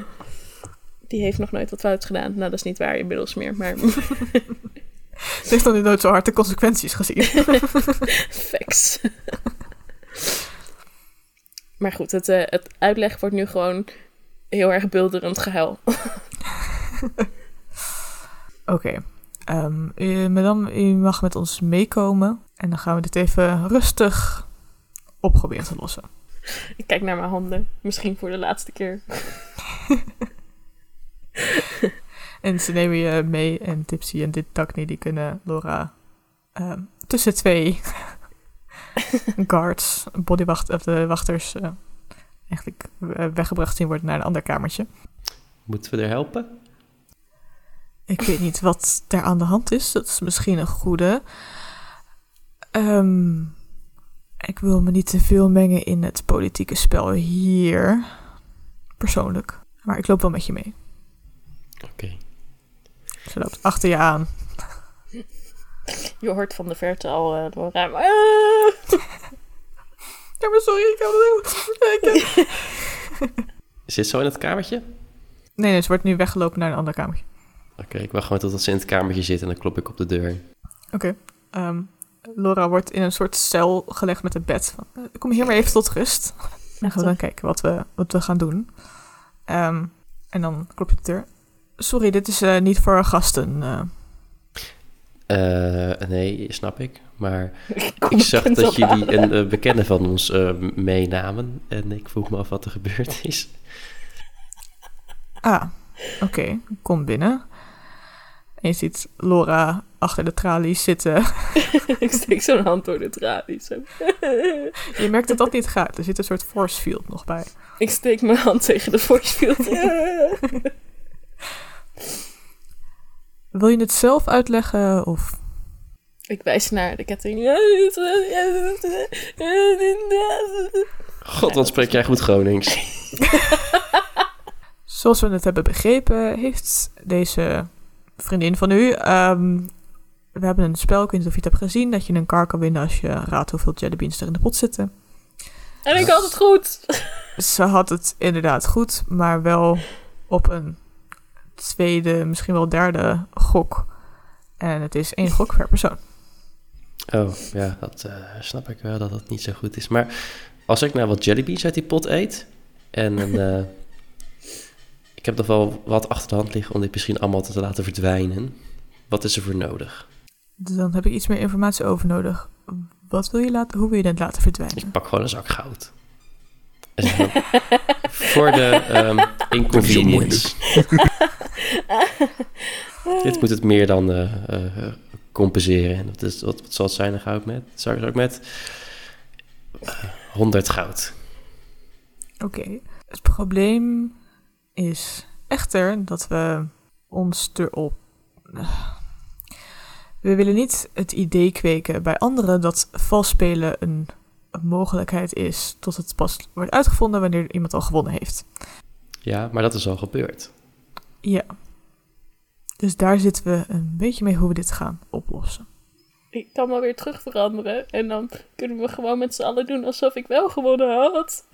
[SPEAKER 3] die heeft nog nooit wat fout gedaan. Nou, dat is niet waar inmiddels meer, maar
[SPEAKER 2] Ze heeft dan nooit zo hard de consequenties gezien.
[SPEAKER 3] facts. maar goed, het, eh, het uitleg wordt nu gewoon heel erg bulderend gehuil.
[SPEAKER 2] Oké. Ehm, eh, madame, u mag met ons meekomen. En dan gaan we dit even rustig op proberen te lossen.
[SPEAKER 3] Ik kijk naar mijn handen, misschien voor de laatste keer.
[SPEAKER 2] En ze nemen je mee en Tipsy en dit Dagny, die kunnen Laura ehm, tussen twee guards, bodywacht, of de wachters, eh, eigenlijk eh, weggebracht zien worden naar een ander kamertje.
[SPEAKER 4] Moeten we er helpen?
[SPEAKER 2] Ik weet niet wat daar aan de hand is. Dat is misschien een goede. Ehm, ik wil me niet te veel mengen in het politieke spel hier. Persoonlijk. Maar ik loop wel met je mee.
[SPEAKER 4] Oké.
[SPEAKER 2] Ze loopt achter je aan.
[SPEAKER 3] Je hoort van de verte al eh, door het raam. "Ah!"
[SPEAKER 2] Ja, maar sorry, ik kan het heel...
[SPEAKER 4] Zit zo in het kamertje?
[SPEAKER 2] Nee, nee, ze wordt nu weggelopen naar een ander kamertje.
[SPEAKER 4] Oké, ik wacht gewoon totdat ze in het kamertje zit en dan klop ik op de deur.
[SPEAKER 2] Ehm, Laura wordt in een soort cel gelegd met een bed. Van, eh, kom hier maar even tot rust. Dan gaan we dan kijken wat we, wat we gaan doen. Ehm, en dan klopt je de deur. Sorry, dit is eh, niet voor gasten. eh.
[SPEAKER 4] Eh, nee, snap ik. Maar
[SPEAKER 3] Kom
[SPEAKER 4] ik zag
[SPEAKER 3] kind
[SPEAKER 4] dat
[SPEAKER 3] op aan.
[SPEAKER 4] jullie een eh, bekende van ons eh, meenamen. En ik vroeg me af wat er gebeurd is.
[SPEAKER 2] Ah, oké. Kom binnen. En je ziet Laura achter de tralies zitten.
[SPEAKER 3] ik steek zo'n hand door de tralies. zo.
[SPEAKER 2] Je merkt dat dat niet gaat. Er zit een soort force field nog bij.
[SPEAKER 3] ik steek mijn hand tegen de voorspield.
[SPEAKER 2] Wil je het zelf uitleggen? Of...
[SPEAKER 3] ik wijs naar de ketting.
[SPEAKER 4] God, wat spreek jij goed Gronings.
[SPEAKER 2] Zoals we het hebben begrepen, heeft deze vriendin van u... ehm, we hebben een spel, ik weet niet of je het hebt gezien... dat je een kar kan winnen als je raadt hoeveel jellybeans er in de pot zitten.
[SPEAKER 3] en ik had het goed.
[SPEAKER 2] ze had het inderdaad goed, maar wel op een tweede, misschien wel derde gok. En het is één gok per persoon.
[SPEAKER 4] Oh, ja, dat eh, snap ik wel dat dat niet zo goed is. Maar als ik nou wat jellybeans uit die pot eet... en een, eh, ik heb nog wel wat achter de hand liggen om dit misschien allemaal te laten verdwijnen. Wat is er voor nodig?
[SPEAKER 2] Dus dan heb ik iets meer informatie over nodig. Wat wil je laten, hoe wil je dat laten verdwijnen?
[SPEAKER 4] Ik pak gewoon een zak goud. En zeg dan, voor de ehm inconvenience. Dit moet het meer dan eh, eh, eh, compenseren. En dat is, wat, wat zal het zijn, een goud met? Zou ik ook met eh, 100 goud.
[SPEAKER 2] Oké. Het probleem is echter dat we ons erop. Ugh. We willen niet het idee kweken bij anderen dat vals spelen een, een mogelijkheid is tot het pas wordt uitgevonden wanneer iemand al gewonnen heeft.
[SPEAKER 4] Ja, maar dat is al gebeurd.
[SPEAKER 2] Ja. Dus daar zitten we een beetje mee hoe we dit gaan oplossen.
[SPEAKER 3] Ik kan me weer terug veranderen. En dan kunnen we gewoon met z'n allen doen alsof ik wel gewonnen had.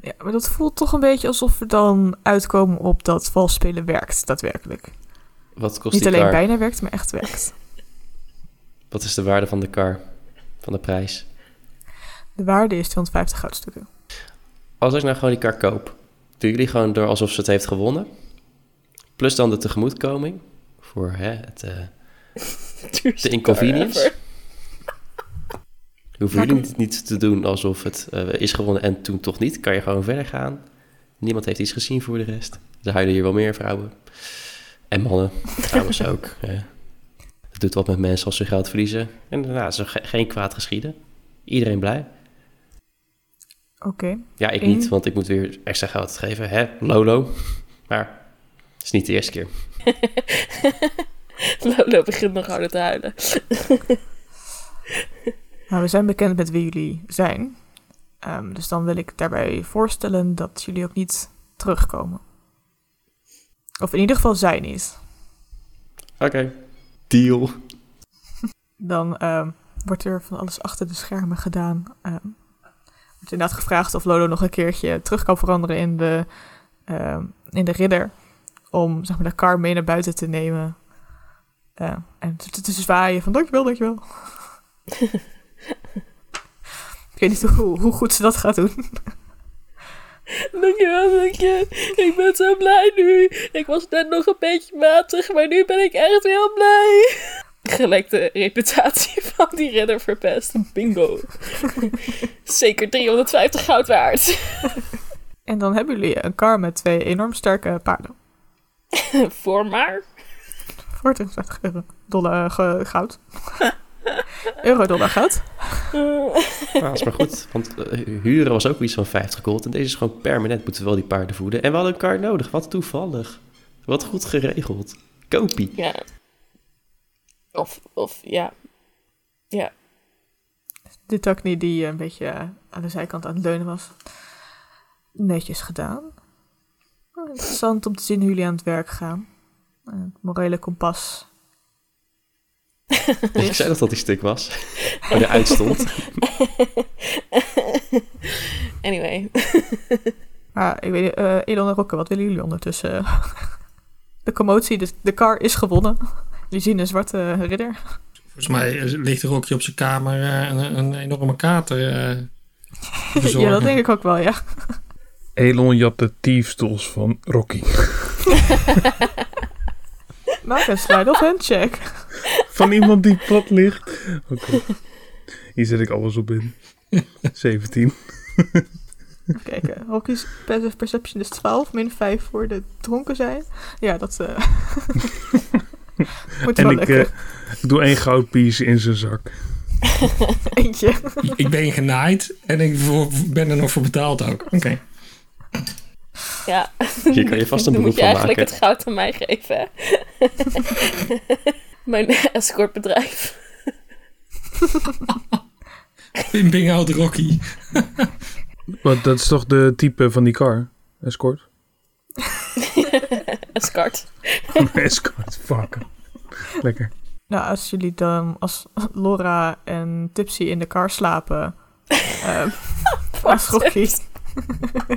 [SPEAKER 2] Ja, maar dat voelt toch een beetje alsof we dan uitkomen op dat vals spelen werkt, daadwerkelijk.
[SPEAKER 4] Wat kost
[SPEAKER 2] Niet
[SPEAKER 4] die
[SPEAKER 2] alleen
[SPEAKER 4] kar?
[SPEAKER 2] bijna werkt, maar echt werkt.
[SPEAKER 4] Wat is de waarde van de kar? van de prijs.
[SPEAKER 2] De waarde is 250 goudstukken.
[SPEAKER 4] Als ik nou gewoon die kar koop, doen jullie gewoon door alsof ze het heeft gewonnen. Plus dan de tegemoetkoming voor hè, het, eh, de inconvenience. Hoeven
[SPEAKER 2] Nou,
[SPEAKER 4] jullie niet, niet te doen alsof het eh, is gewonnen en toen toch niet. Kan je gewoon verder gaan. Niemand heeft iets gezien voor de rest. Er huilen hier wel meer vrouwen. En mannen trouwens ook. hè. Het doet wat met mensen als ze geld verliezen. En daarna is er ge- geen kwaad geschieden. Iedereen blij.
[SPEAKER 2] Oké.
[SPEAKER 4] Ja, ik
[SPEAKER 2] Eén.
[SPEAKER 4] niet, want ik moet weer extra geld geven. Hè, Lolo. Maar het is niet de eerste keer.
[SPEAKER 3] Lolo begint nog harder te huilen.
[SPEAKER 2] Nou, we zijn bekend met wie jullie zijn. Ehm, dus dan wil ik daarbij voorstellen dat jullie ook niet terugkomen. Of in ieder geval zij niet.
[SPEAKER 4] Oké. Deal.
[SPEAKER 2] Dan ehm, wordt er van alles achter de schermen gedaan. Ehm wordt inderdaad gevraagd of Lolo nog een keertje terug kan veranderen in de, ehm, in de ridder. Om zeg maar, de kar mee naar buiten te nemen. Eh, en te, te zwaaien van dankjewel, dankjewel. ik weet niet hoe, hoe goed ze dat gaat doen.
[SPEAKER 3] Dankjewel, dankjewel. Ik ben zo blij nu. Ik was net nog een beetje matig, maar nu ben ik echt heel blij. Gelijk de reputatie van die redder verpest. Bingo. Zeker 350 goud waard.
[SPEAKER 2] En dan hebben jullie een kar met twee enorm sterke paarden.
[SPEAKER 3] Voor maar.
[SPEAKER 2] Voor 250 euro. Dollar eh, ge- goud. euro, dollar goud.
[SPEAKER 3] Eh,
[SPEAKER 4] Nou, dat is maar goed, want eh, huren was ook iets van 50 gold. En deze is gewoon permanent, moeten we wel die paarden voeden. En we hadden een kar nodig, wat toevallig. Wat goed geregeld. Kopie.
[SPEAKER 3] ja. Of, of ja. Ja.
[SPEAKER 2] De takni die eh, een beetje aan de zijkant aan het leunen was. Netjes gedaan. Wel Interessant om te zien hoe jullie aan het werk gaan. En Het morele kompas.
[SPEAKER 4] Ik zei dat dat die stuk was, waar je uitstond.
[SPEAKER 3] Anyway.
[SPEAKER 2] Maar ik weet niet, eh, Elon en Rokke, wat willen jullie ondertussen? de commotie, dus de, de car is gewonnen. Jullie zien een zwarte eh, ridder.
[SPEAKER 6] Volgens mij eh, ligt er ook op zijn kamer eh, een, een enorme kater eh te
[SPEAKER 2] ja,
[SPEAKER 6] verzorgen.
[SPEAKER 2] dat denk ik ook wel, ja.
[SPEAKER 5] Elon jat de tiefstols van Rocky.
[SPEAKER 2] Maak een slide of handcheck.
[SPEAKER 5] Van iemand die plat ligt. Oké. Hier zet ik alles op in. 17.
[SPEAKER 2] Even kijken. Hockey's passive perception is 12, min 5 voor de dronken zijn. Ja, dat eh, moet wel
[SPEAKER 5] En ik,
[SPEAKER 2] lukken.
[SPEAKER 5] eh, ik doe één goudpies in zijn zak. eh,
[SPEAKER 2] Eentje.
[SPEAKER 6] Ik- Ik ben genaaid en ik voor- ben er nog voor betaald ook. Oké.
[SPEAKER 3] Ja.
[SPEAKER 4] Hier kan je vast een
[SPEAKER 3] Dan
[SPEAKER 4] beroep
[SPEAKER 3] moet je
[SPEAKER 4] van
[SPEAKER 3] eigenlijk
[SPEAKER 4] maken.
[SPEAKER 3] het goud aan mij geven. hè? Mijn escortbedrijf.
[SPEAKER 6] Pimping out Rocky.
[SPEAKER 5] Want dat is toch de type van die car? Escort?
[SPEAKER 3] Escort.
[SPEAKER 5] Escort, fuck. Lekker.
[SPEAKER 2] Nou, als jullie dan, als Laura en Tipsy in de kar slapen. eh, als Rocky.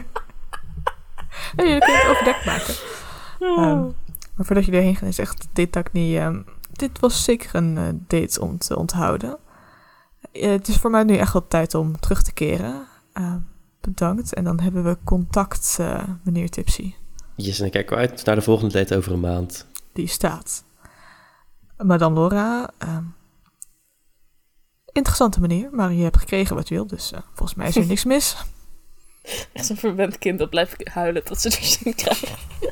[SPEAKER 2] nee, jullie kunnen het overdekt maken. Ehm, maar voordat jullie heen gaan, is echt dit tak niet. ehm, dit was zeker een eh, date om te onthouden. Eh, het is voor mij nu echt wel tijd om terug te keren. Ehm, bedankt. En dan hebben we contact, eh, meneer Tipsy.
[SPEAKER 4] Yes, en ik kijk wel uit naar de volgende date over een maand.
[SPEAKER 2] Die staat. Madame Laura. ehm, interessante meneer, maar je hebt gekregen wat je wil. Dus eh, volgens mij is er niks mis.
[SPEAKER 3] Echt zo'n verwend kind dat blijft huilen tot ze er zin krijgen.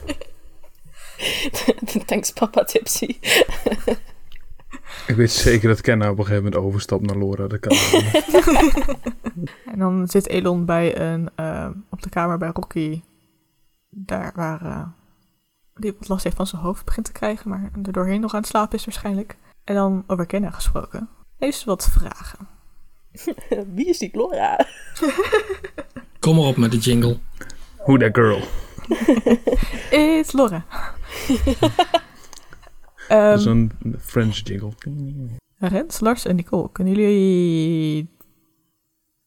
[SPEAKER 3] Thanks papa tipsy.
[SPEAKER 5] Ik weet zeker dat Kenna op een gegeven moment overstapt naar Laura. Dat kan niet anders.
[SPEAKER 2] En dan zit Elon bij een, eh, op de kamer bij Rocky. Daar waar eh, die wat last heeft van zijn hoofd begint te krijgen, maar er doorheen nog aan het slapen is waarschijnlijk. En dan over Kenna gesproken. Heeft ze wat vragen?
[SPEAKER 3] Wie is die Laura?
[SPEAKER 6] Kom maar op met de jingle.
[SPEAKER 5] Who that girl?
[SPEAKER 2] It's Laura.
[SPEAKER 4] Dus
[SPEAKER 5] Dat is
[SPEAKER 2] Ehm
[SPEAKER 5] een French jingle.
[SPEAKER 2] Rens, Lars en Nicole, kunnen jullie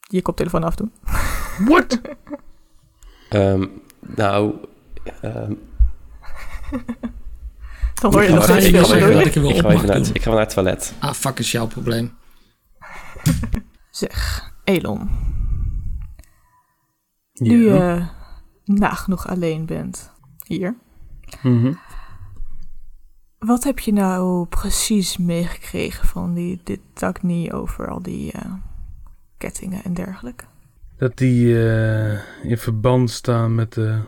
[SPEAKER 2] je koptelefoon afdoen?
[SPEAKER 5] What?
[SPEAKER 4] Ehm, nou, ehm,
[SPEAKER 2] Dan hoor je
[SPEAKER 4] Ik
[SPEAKER 2] Oh nog
[SPEAKER 4] ga
[SPEAKER 2] steeds
[SPEAKER 4] even-
[SPEAKER 2] veel
[SPEAKER 4] ik
[SPEAKER 2] zo
[SPEAKER 4] ga even-
[SPEAKER 2] door.
[SPEAKER 6] ik wil
[SPEAKER 4] ik, ga even
[SPEAKER 6] opmaken.
[SPEAKER 4] naar, het- ik ga wel naar het toilet.
[SPEAKER 6] Ah, fuck is jouw probleem.
[SPEAKER 2] Zeg, Elon. Nu je nagenoeg alleen bent hier.
[SPEAKER 5] Mhm.
[SPEAKER 2] Wat heb je nou precies meegekregen van die, dit Dagny over al die eh, kettingen en dergelijke?
[SPEAKER 5] Dat die eh, in verband staan met de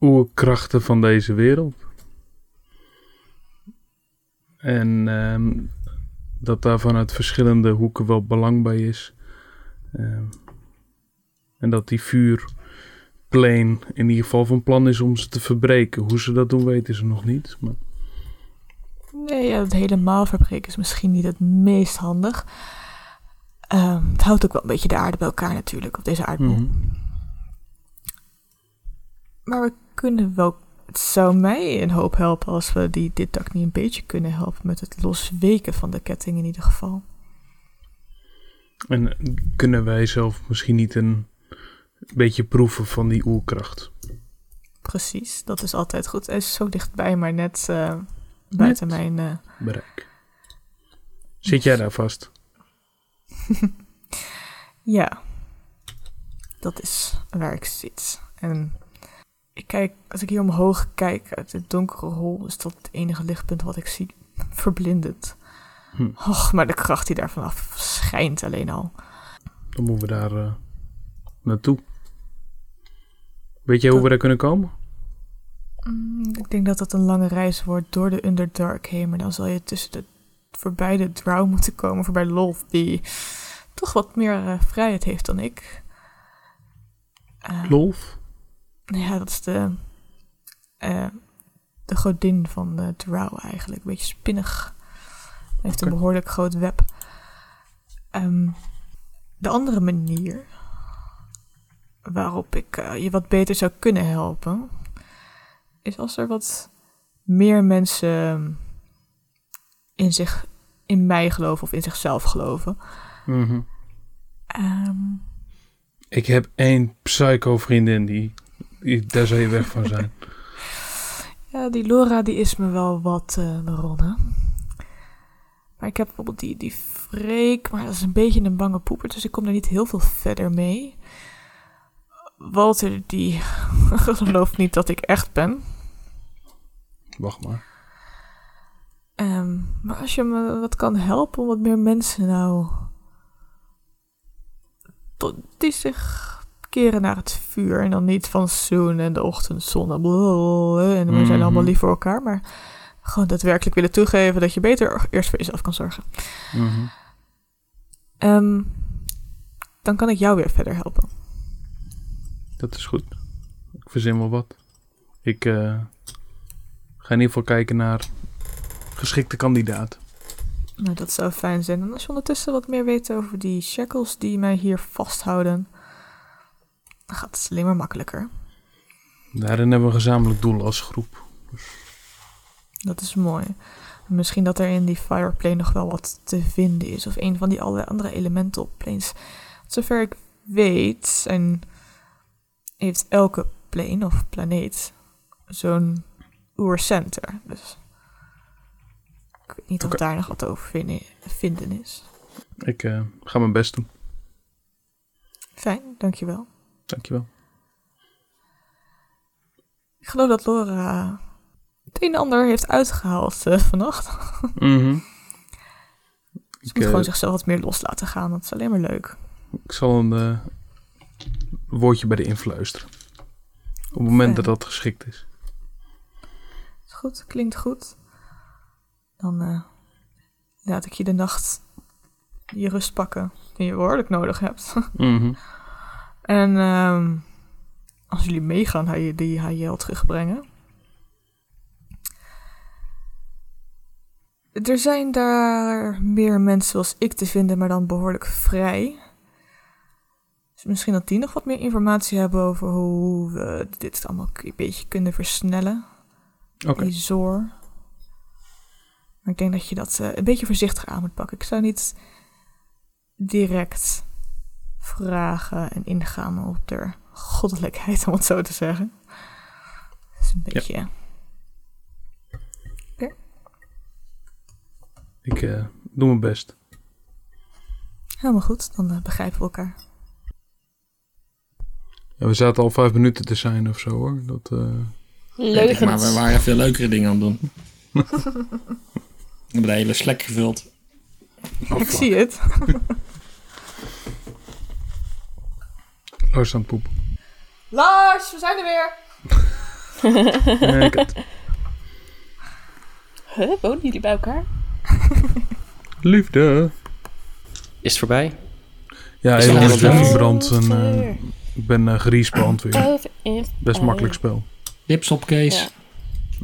[SPEAKER 5] oerkrachten van deze wereld. En ehm, dat daar vanuit verschillende hoeken wel belang bij is. Ehm, en dat die vuurpleen in ieder geval van plan is om ze te verbreken. Hoe ze dat doen weten ze nog niet. Maar
[SPEAKER 2] Nee, ja, het helemaal verbreken is misschien niet het meest handig. Ehm, het houdt ook wel een beetje de aarde bij elkaar natuurlijk, op deze aardbol.
[SPEAKER 5] Mhm.
[SPEAKER 2] Maar we kunnen wel... Het zou mij een hoop helpen als we die, dit dak niet een beetje kunnen helpen met het losweken van de ketting in ieder geval.
[SPEAKER 5] En kunnen wij zelf misschien niet een beetje proeven van die oerkracht?
[SPEAKER 2] Precies, dat is altijd goed. Hij is zo dichtbij, maar net eh, buiten mijn... eh,
[SPEAKER 5] bereik. Zit jij daar vast?
[SPEAKER 2] Ja, dat is waar ik zit. En ik kijk, als ik hier omhoog kijk uit dit donkere hol, is dat het enige lichtpunt wat ik zie. Verblindend.
[SPEAKER 5] Hm.
[SPEAKER 2] Och, maar de kracht die daar vanaf schijnt alleen al.
[SPEAKER 5] Dan moeten we daar eh, naartoe. Weet jij hoe we daar kunnen komen?
[SPEAKER 2] Mm, ik denk dat dat een lange reis wordt door de Underdark heen, maar dan zal je tussen de, voorbij de Drow moeten komen, voorbij Lolf, die toch wat meer eh, vrijheid heeft dan ik. Eh,
[SPEAKER 5] Lolf?
[SPEAKER 2] Ja, dat is de, eh, de godin van de Drow eigenlijk. Een beetje spinnig. Heeft een
[SPEAKER 5] Oké.
[SPEAKER 2] behoorlijk groot web. Ehm, de andere manier waarop ik eh, je wat beter zou kunnen helpen, is als er wat meer mensen in, zich, in mij geloven of in zichzelf geloven.
[SPEAKER 5] Mhm.
[SPEAKER 2] Ehm,
[SPEAKER 5] Ik heb één psycho-vriendin die, die- Daar zou je weg van zijn.
[SPEAKER 2] Ja, die Laura die is me wel wat eh beronnen. Maar ik heb bijvoorbeeld die, die Freek, maar dat is een beetje een bange poeper, dus ik kom daar niet heel veel verder mee. Walter die gelooft niet dat ik echt ben.
[SPEAKER 5] Wacht maar.
[SPEAKER 2] Ehm, maar als je me wat kan helpen om wat meer mensen nou... tot- die zich keren naar het vuur en dan niet van zoen en de ochtendzon en blablabla, en we zijn allemaal
[SPEAKER 5] Mhm.
[SPEAKER 2] lief voor elkaar, maar gewoon daadwerkelijk willen toegeven dat je beter eerst voor jezelf kan zorgen.
[SPEAKER 5] Mhm.
[SPEAKER 2] Ehm, dan kan ik jou weer verder helpen.
[SPEAKER 5] Dat is goed. Ik verzin wel wat. Ik eh, ga in ieder geval kijken naar geschikte kandidaat.
[SPEAKER 2] Nou, dat zou fijn zijn. En als je ondertussen wat meer weet over die shackles die mij hier vasthouden, dan gaat het alleen maar makkelijker.
[SPEAKER 5] Daarin hebben we een gezamenlijk doel als groep.
[SPEAKER 2] Dat is mooi. Misschien dat er in die fireplane nog wel wat te vinden is. Of een van die alle andere elementen op planes. Want zover ik weet, zijn, heeft elke plane of planeet zo'n oercenter. Dus ik weet niet of
[SPEAKER 5] Oké.
[SPEAKER 2] daar nog wat over vinden- vinden is.
[SPEAKER 5] Ik eh, ga mijn best doen.
[SPEAKER 2] Fijn, dankjewel.
[SPEAKER 5] Dankjewel.
[SPEAKER 2] Ik geloof dat Laura het een en ander heeft uitgehaald eh, vannacht.
[SPEAKER 5] Mhm.
[SPEAKER 2] Ze
[SPEAKER 5] eh,
[SPEAKER 2] moet gewoon zichzelf wat meer los laten gaan. Dat is alleen maar leuk.
[SPEAKER 5] Ik zal een eh, woordje bij de influisteren. Op het moment dat dat geschikt is.
[SPEAKER 2] Is goed, klinkt goed. Dan eh, laat ik je de nacht je rust pakken die je behoorlijk nodig hebt.
[SPEAKER 5] Mhm.
[SPEAKER 2] en ehm, als jullie meegaan, ga je die HJL terugbrengen. Er zijn daar meer mensen zoals ik te vinden, maar dan behoorlijk vrij. Dus misschien dat die nog wat meer informatie hebben over hoe we dit allemaal een beetje kunnen versnellen.
[SPEAKER 5] Oké,
[SPEAKER 2] Die Zor. Maar ik denk dat je dat eh, een beetje voorzichtig aan moet pakken. Ik zou niet direct vragen en ingaan op de goddelijkheid, om het zo te zeggen. Dat is een beetje... eh,
[SPEAKER 5] ik eh, doe mijn best.
[SPEAKER 2] Helemaal goed, dan eh, begrijpen we elkaar.
[SPEAKER 5] Ja, we zaten al vijf minuten te zijn of zo hoor. Dat, eh,
[SPEAKER 6] Weet ik, Maar we
[SPEAKER 3] Leugens.
[SPEAKER 6] waren veel leukere dingen aan het doen. we hebben de hele slek gevuld.
[SPEAKER 2] ik zie het.
[SPEAKER 5] Lars aan het poepen.
[SPEAKER 2] Lars, we zijn er weer!
[SPEAKER 5] Nee, ik had-
[SPEAKER 3] Huh, wonen jullie bij elkaar?
[SPEAKER 5] Liefde.
[SPEAKER 4] Is het voorbij?
[SPEAKER 5] Ja,
[SPEAKER 4] Is
[SPEAKER 5] helemaal
[SPEAKER 4] het
[SPEAKER 5] wordt
[SPEAKER 4] een
[SPEAKER 5] weggebrand. En, eh, ik ben uh, gerespaand
[SPEAKER 2] Oh.
[SPEAKER 5] weer.
[SPEAKER 3] Over in.
[SPEAKER 5] Best makkelijk spel.
[SPEAKER 6] Tips op Kees.
[SPEAKER 3] Ja.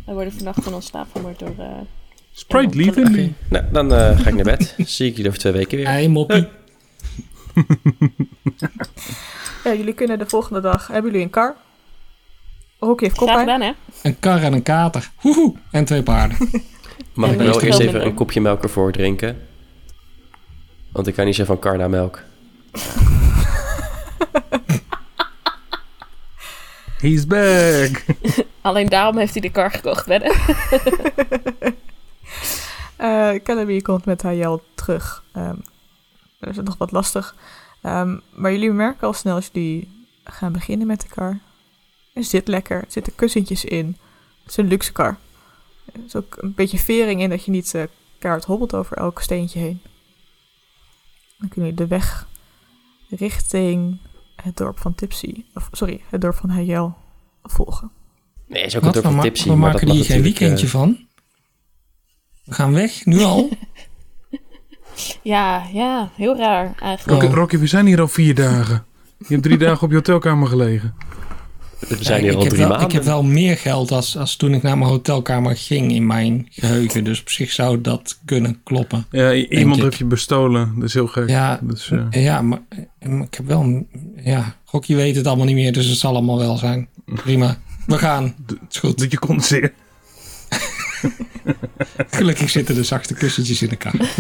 [SPEAKER 3] We worden vannacht in ons slaap vermoord door... eh,
[SPEAKER 2] Oh,
[SPEAKER 5] Sprite liefde.
[SPEAKER 4] Nou, dan eh, ga ik naar bed. Zie ik jullie over twee weken weer.
[SPEAKER 6] Hey, moppie.
[SPEAKER 2] Ja, jullie kunnen de volgende dag... Hebben jullie een kar? Rocky heeft
[SPEAKER 3] Graag
[SPEAKER 2] koppijn.
[SPEAKER 3] gedaan, hè?
[SPEAKER 6] Een kar en een kater. Hoehoe. En twee paarden.
[SPEAKER 4] Mag
[SPEAKER 3] Ja, dat is
[SPEAKER 4] ik wel
[SPEAKER 3] toch
[SPEAKER 4] eerst
[SPEAKER 3] wel
[SPEAKER 4] even
[SPEAKER 3] minder.
[SPEAKER 4] een kopje melk ervoor drinken? Want ik kan niet zo van Carna melk.
[SPEAKER 5] He's back.
[SPEAKER 3] Alleen daarom heeft hij de kar gekocht, wedden.
[SPEAKER 2] Eh Celebi komt met Hayel terug. Ehm dat is nog wat lastig. Ehm, maar jullie merken al snel als jullie gaan beginnen met de kar. Er zit lekker. Er zitten kussentjes in. Het is een luxe kar. Er is ook een beetje vering in dat je niet eh kaart hobbelt over elk steentje heen. Dan kunnen jullie de weg richting het dorp van Tipsy. Of sorry, het dorp van Hayel volgen.
[SPEAKER 4] Nee, is ook een
[SPEAKER 6] Wat,
[SPEAKER 4] dorp
[SPEAKER 6] we,
[SPEAKER 4] van
[SPEAKER 6] ma-
[SPEAKER 4] tipsy.
[SPEAKER 6] we
[SPEAKER 4] maar
[SPEAKER 6] maken
[SPEAKER 4] dat
[SPEAKER 6] hier
[SPEAKER 4] mag
[SPEAKER 6] geen
[SPEAKER 4] natuurlijk,
[SPEAKER 6] weekendje
[SPEAKER 4] eh,
[SPEAKER 6] van. We gaan weg, nu al.
[SPEAKER 3] Ja, ja, heel raar eigenlijk.
[SPEAKER 6] Oké.
[SPEAKER 5] Rocky, Rocky, we zijn hier al vier dagen. Je hebt drie dagen op je hotelkamer gelegen.
[SPEAKER 4] We zijn
[SPEAKER 6] Ja,
[SPEAKER 4] hier
[SPEAKER 6] Eh, ik
[SPEAKER 4] al
[SPEAKER 6] heb
[SPEAKER 4] drie
[SPEAKER 6] wel,
[SPEAKER 4] maanden.
[SPEAKER 6] Ik heb wel meer geld als, als toen ik naar mijn hotelkamer ging in mijn geheugen. Dus op zich zou dat kunnen kloppen.
[SPEAKER 5] Ja, i- iemand
[SPEAKER 6] ik.
[SPEAKER 5] heeft je bestolen. Dat is heel gek.
[SPEAKER 6] Ja,
[SPEAKER 5] Dus, eh,
[SPEAKER 6] ja maar, maar ik heb wel... een- Ja, Rocky weet het allemaal niet meer, dus het zal allemaal wel zijn. Prima, we gaan. Het is goed.
[SPEAKER 5] dat je kon zeer.
[SPEAKER 6] Gelukkig zitten de zachte kussentjes in elkaar.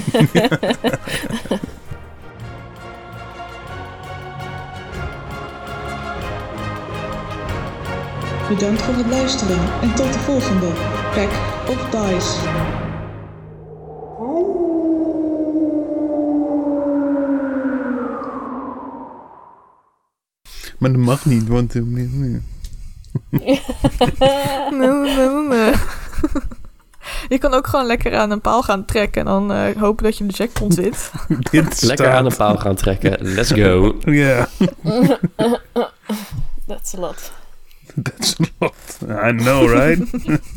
[SPEAKER 1] Bedankt voor het luisteren en tot de volgende Pack of Dice.
[SPEAKER 5] Maar dat mag niet, want...
[SPEAKER 3] Eh,
[SPEAKER 2] Nee, nee, nee, nee. Je kan ook gewoon lekker aan een paal gaan trekken en dan eh, hopen dat je in de jackpot zit.
[SPEAKER 5] Dit
[SPEAKER 4] Lekker aan een paal gaan trekken. Let's go.
[SPEAKER 5] Ja,
[SPEAKER 3] Dat is een lot.
[SPEAKER 5] that's a lot. I know, right?